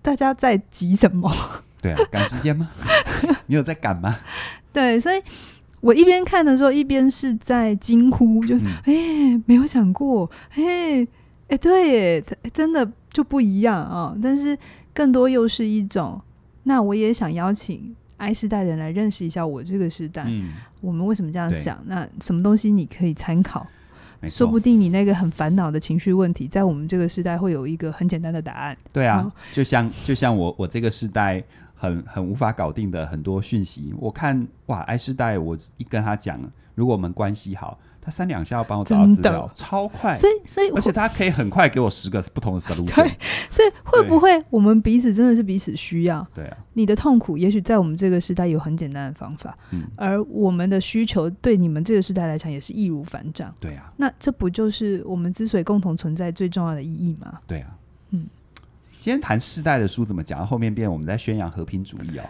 [SPEAKER 2] 大家在急什么？ [LAUGHS]
[SPEAKER 1] 对啊， [LAUGHS] 赶时间吗？你有在赶吗？
[SPEAKER 2] 对，所以我一边看的时候，一边是在惊呼，就是
[SPEAKER 1] 嗯
[SPEAKER 2] 哎、没有想过，哎、哎、对耶，它真的就不一样啊、但是更多又是一种，那我也想邀请 I 世代的人来认识一下我这个时代，
[SPEAKER 1] 嗯，
[SPEAKER 2] 我们为什么这样
[SPEAKER 1] 对
[SPEAKER 2] 想？那什么东西你可以参考？
[SPEAKER 1] 没
[SPEAKER 2] 说不
[SPEAKER 1] 错，
[SPEAKER 2] 定你那个很烦恼的情绪问题，在我们这个时代会有一个很简单的答案。
[SPEAKER 1] 对啊
[SPEAKER 2] 好，
[SPEAKER 1] 就像就像我我这个时代很很无法搞定的很多讯息，我看哇，爱世代我一跟他讲，如果我们关系好，他三两下要帮我找到
[SPEAKER 2] 真
[SPEAKER 1] 资
[SPEAKER 2] 的
[SPEAKER 1] 料，超快，
[SPEAKER 2] 所以，所以
[SPEAKER 1] 哎而且
[SPEAKER 2] 会，
[SPEAKER 1] 他可以很快给我十
[SPEAKER 2] [LAUGHS]
[SPEAKER 1] 个不同的 solution
[SPEAKER 2] 对。所以会
[SPEAKER 1] 对
[SPEAKER 2] 不会我们彼此真的是彼此需要？
[SPEAKER 1] 对啊，
[SPEAKER 2] 你的痛苦，也许在我们这个时代有很简单的方法，
[SPEAKER 1] 嗯，
[SPEAKER 2] 而我们的需求对你们这个时代来讲也是易如反掌。
[SPEAKER 1] 对啊，
[SPEAKER 2] 那这不就是我们之所以共同存在最重要的意义吗？
[SPEAKER 1] 对啊，
[SPEAKER 2] 嗯。
[SPEAKER 1] 今天谈世代的书怎么讲？后面变我们在宣扬和平主义哦，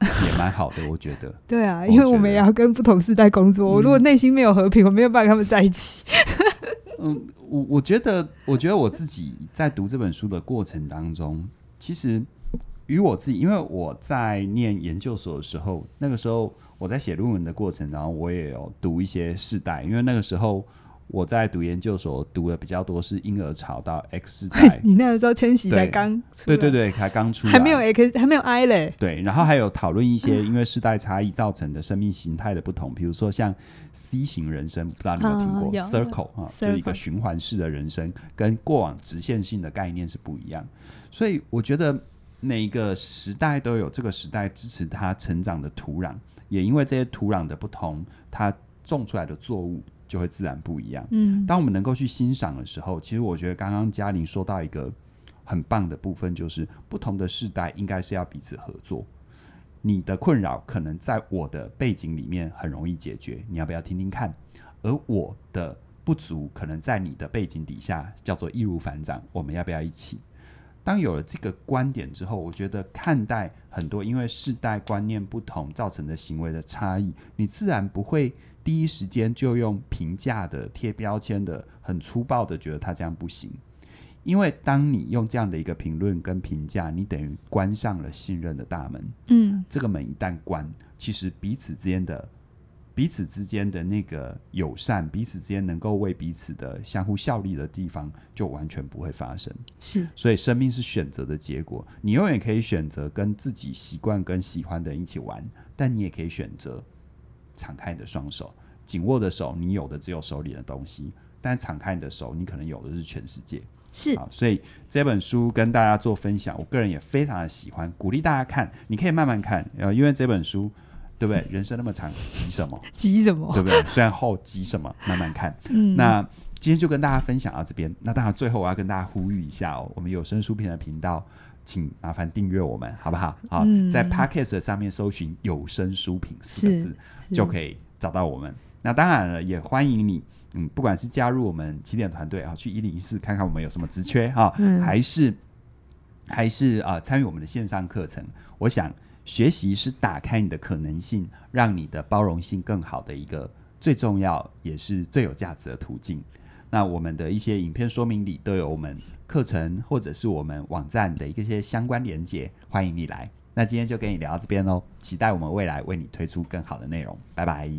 [SPEAKER 1] 也蛮好的，我觉得。
[SPEAKER 2] 对啊，
[SPEAKER 1] 我
[SPEAKER 2] 因为
[SPEAKER 1] 觉
[SPEAKER 2] 我们
[SPEAKER 1] 得
[SPEAKER 2] 也要跟不同世代工作，我如果内心没有和平，我没有办法跟他们在一起。
[SPEAKER 1] 嗯，我我觉得，我觉得我自己在读这本书的过程当中，其实与我自己，因为我在念研究所的时候，那个时候我在写论文的过程，然后我也有读一些世代，因为那个时候我在读研究所读的比较多是婴儿潮到 X 世代，
[SPEAKER 2] [LAUGHS] 你那个时候千玺才
[SPEAKER 1] 对
[SPEAKER 2] 刚出
[SPEAKER 1] 对
[SPEAKER 2] 来，
[SPEAKER 1] 对对，才刚出来，
[SPEAKER 2] 还没有 X，还没有 I 嘞。
[SPEAKER 1] 对，然后还有讨论一些因为世代差异造成的生命形态的不同，比如说像 C 型人生，不知道你有没有听
[SPEAKER 2] 啊
[SPEAKER 1] 过、
[SPEAKER 2] 有
[SPEAKER 1] Circle 啊，
[SPEAKER 2] Circle
[SPEAKER 1] 就是一个循环式的人生，跟过往直线性的概念是不一样。所以我觉得每个时代都有这个时代支持它成长的土壤，也因为这些土壤的不同，它种出来的作物就会自然不一样。
[SPEAKER 2] 嗯，
[SPEAKER 1] 当我们能够去欣赏的时候，其实我觉得刚刚嘉玲说到一个很棒的部分，就是不同的世代应该是要彼此合作。你的困扰可能在我的背景里面很容易解决，你要不要听听看？而我的不足可能在你的背景底下叫做易如反掌，我们要不要一起？当有了这个观点之后，我觉得看待很多因为世代观念不同造成的行为的差异，你自然不会第一时间就用评价的、贴标签的、很粗暴的觉得他这样不行。因为当你用这样的一个评论跟评价，你等于关上了信任的大门。
[SPEAKER 2] 嗯，
[SPEAKER 1] 这个门一旦关，其实彼此之间的彼此之间的那个友善，彼此之间能够为彼此的相互效力的地方，就完全不会发生。
[SPEAKER 2] 是
[SPEAKER 1] 所以生命是选择的结果，你永远可以选择跟自己习惯跟喜欢的人一起玩，但你也可以选择敞开你的双手，紧握的手，你有的只有手里的东西，但敞开你的手，你可能有的是全世界。
[SPEAKER 2] 是，
[SPEAKER 1] 好，所以这本书跟大家做分享，我个人也非常的喜欢，鼓励大家看，你可以慢慢看，呃，因为这本书。对不对？人生那么长，急什么？
[SPEAKER 2] 急什么？
[SPEAKER 1] 对不对？虽然厚，急什么？慢慢看。
[SPEAKER 2] 嗯，
[SPEAKER 1] 那今天就跟大家分享到这边。那当然，最后我要跟大家呼吁一下哦，我们有声书评的频道，请麻烦订阅我们，好不好？好，
[SPEAKER 2] 嗯
[SPEAKER 1] 在 Podcast 上面搜寻“有声书评”四个
[SPEAKER 2] 是
[SPEAKER 1] 字就可以找到我们。那当然了，也欢迎你，嗯，不管是加入我们起点团队啊，去一零一四看看我们有什么职缺哈，
[SPEAKER 2] 嗯
[SPEAKER 1] 还是还是啊、呃参与我们的线上课程。我想，学习是打开你的可能性，让你的包容性更好的一个最重要也是最有价值的途径。那我们的一些影片说明里都有我们课程或者是我们网站的一些相关连接，欢迎你来。那今天就跟你聊到这边喽，期待我们未来为你推出更好的内容，拜拜。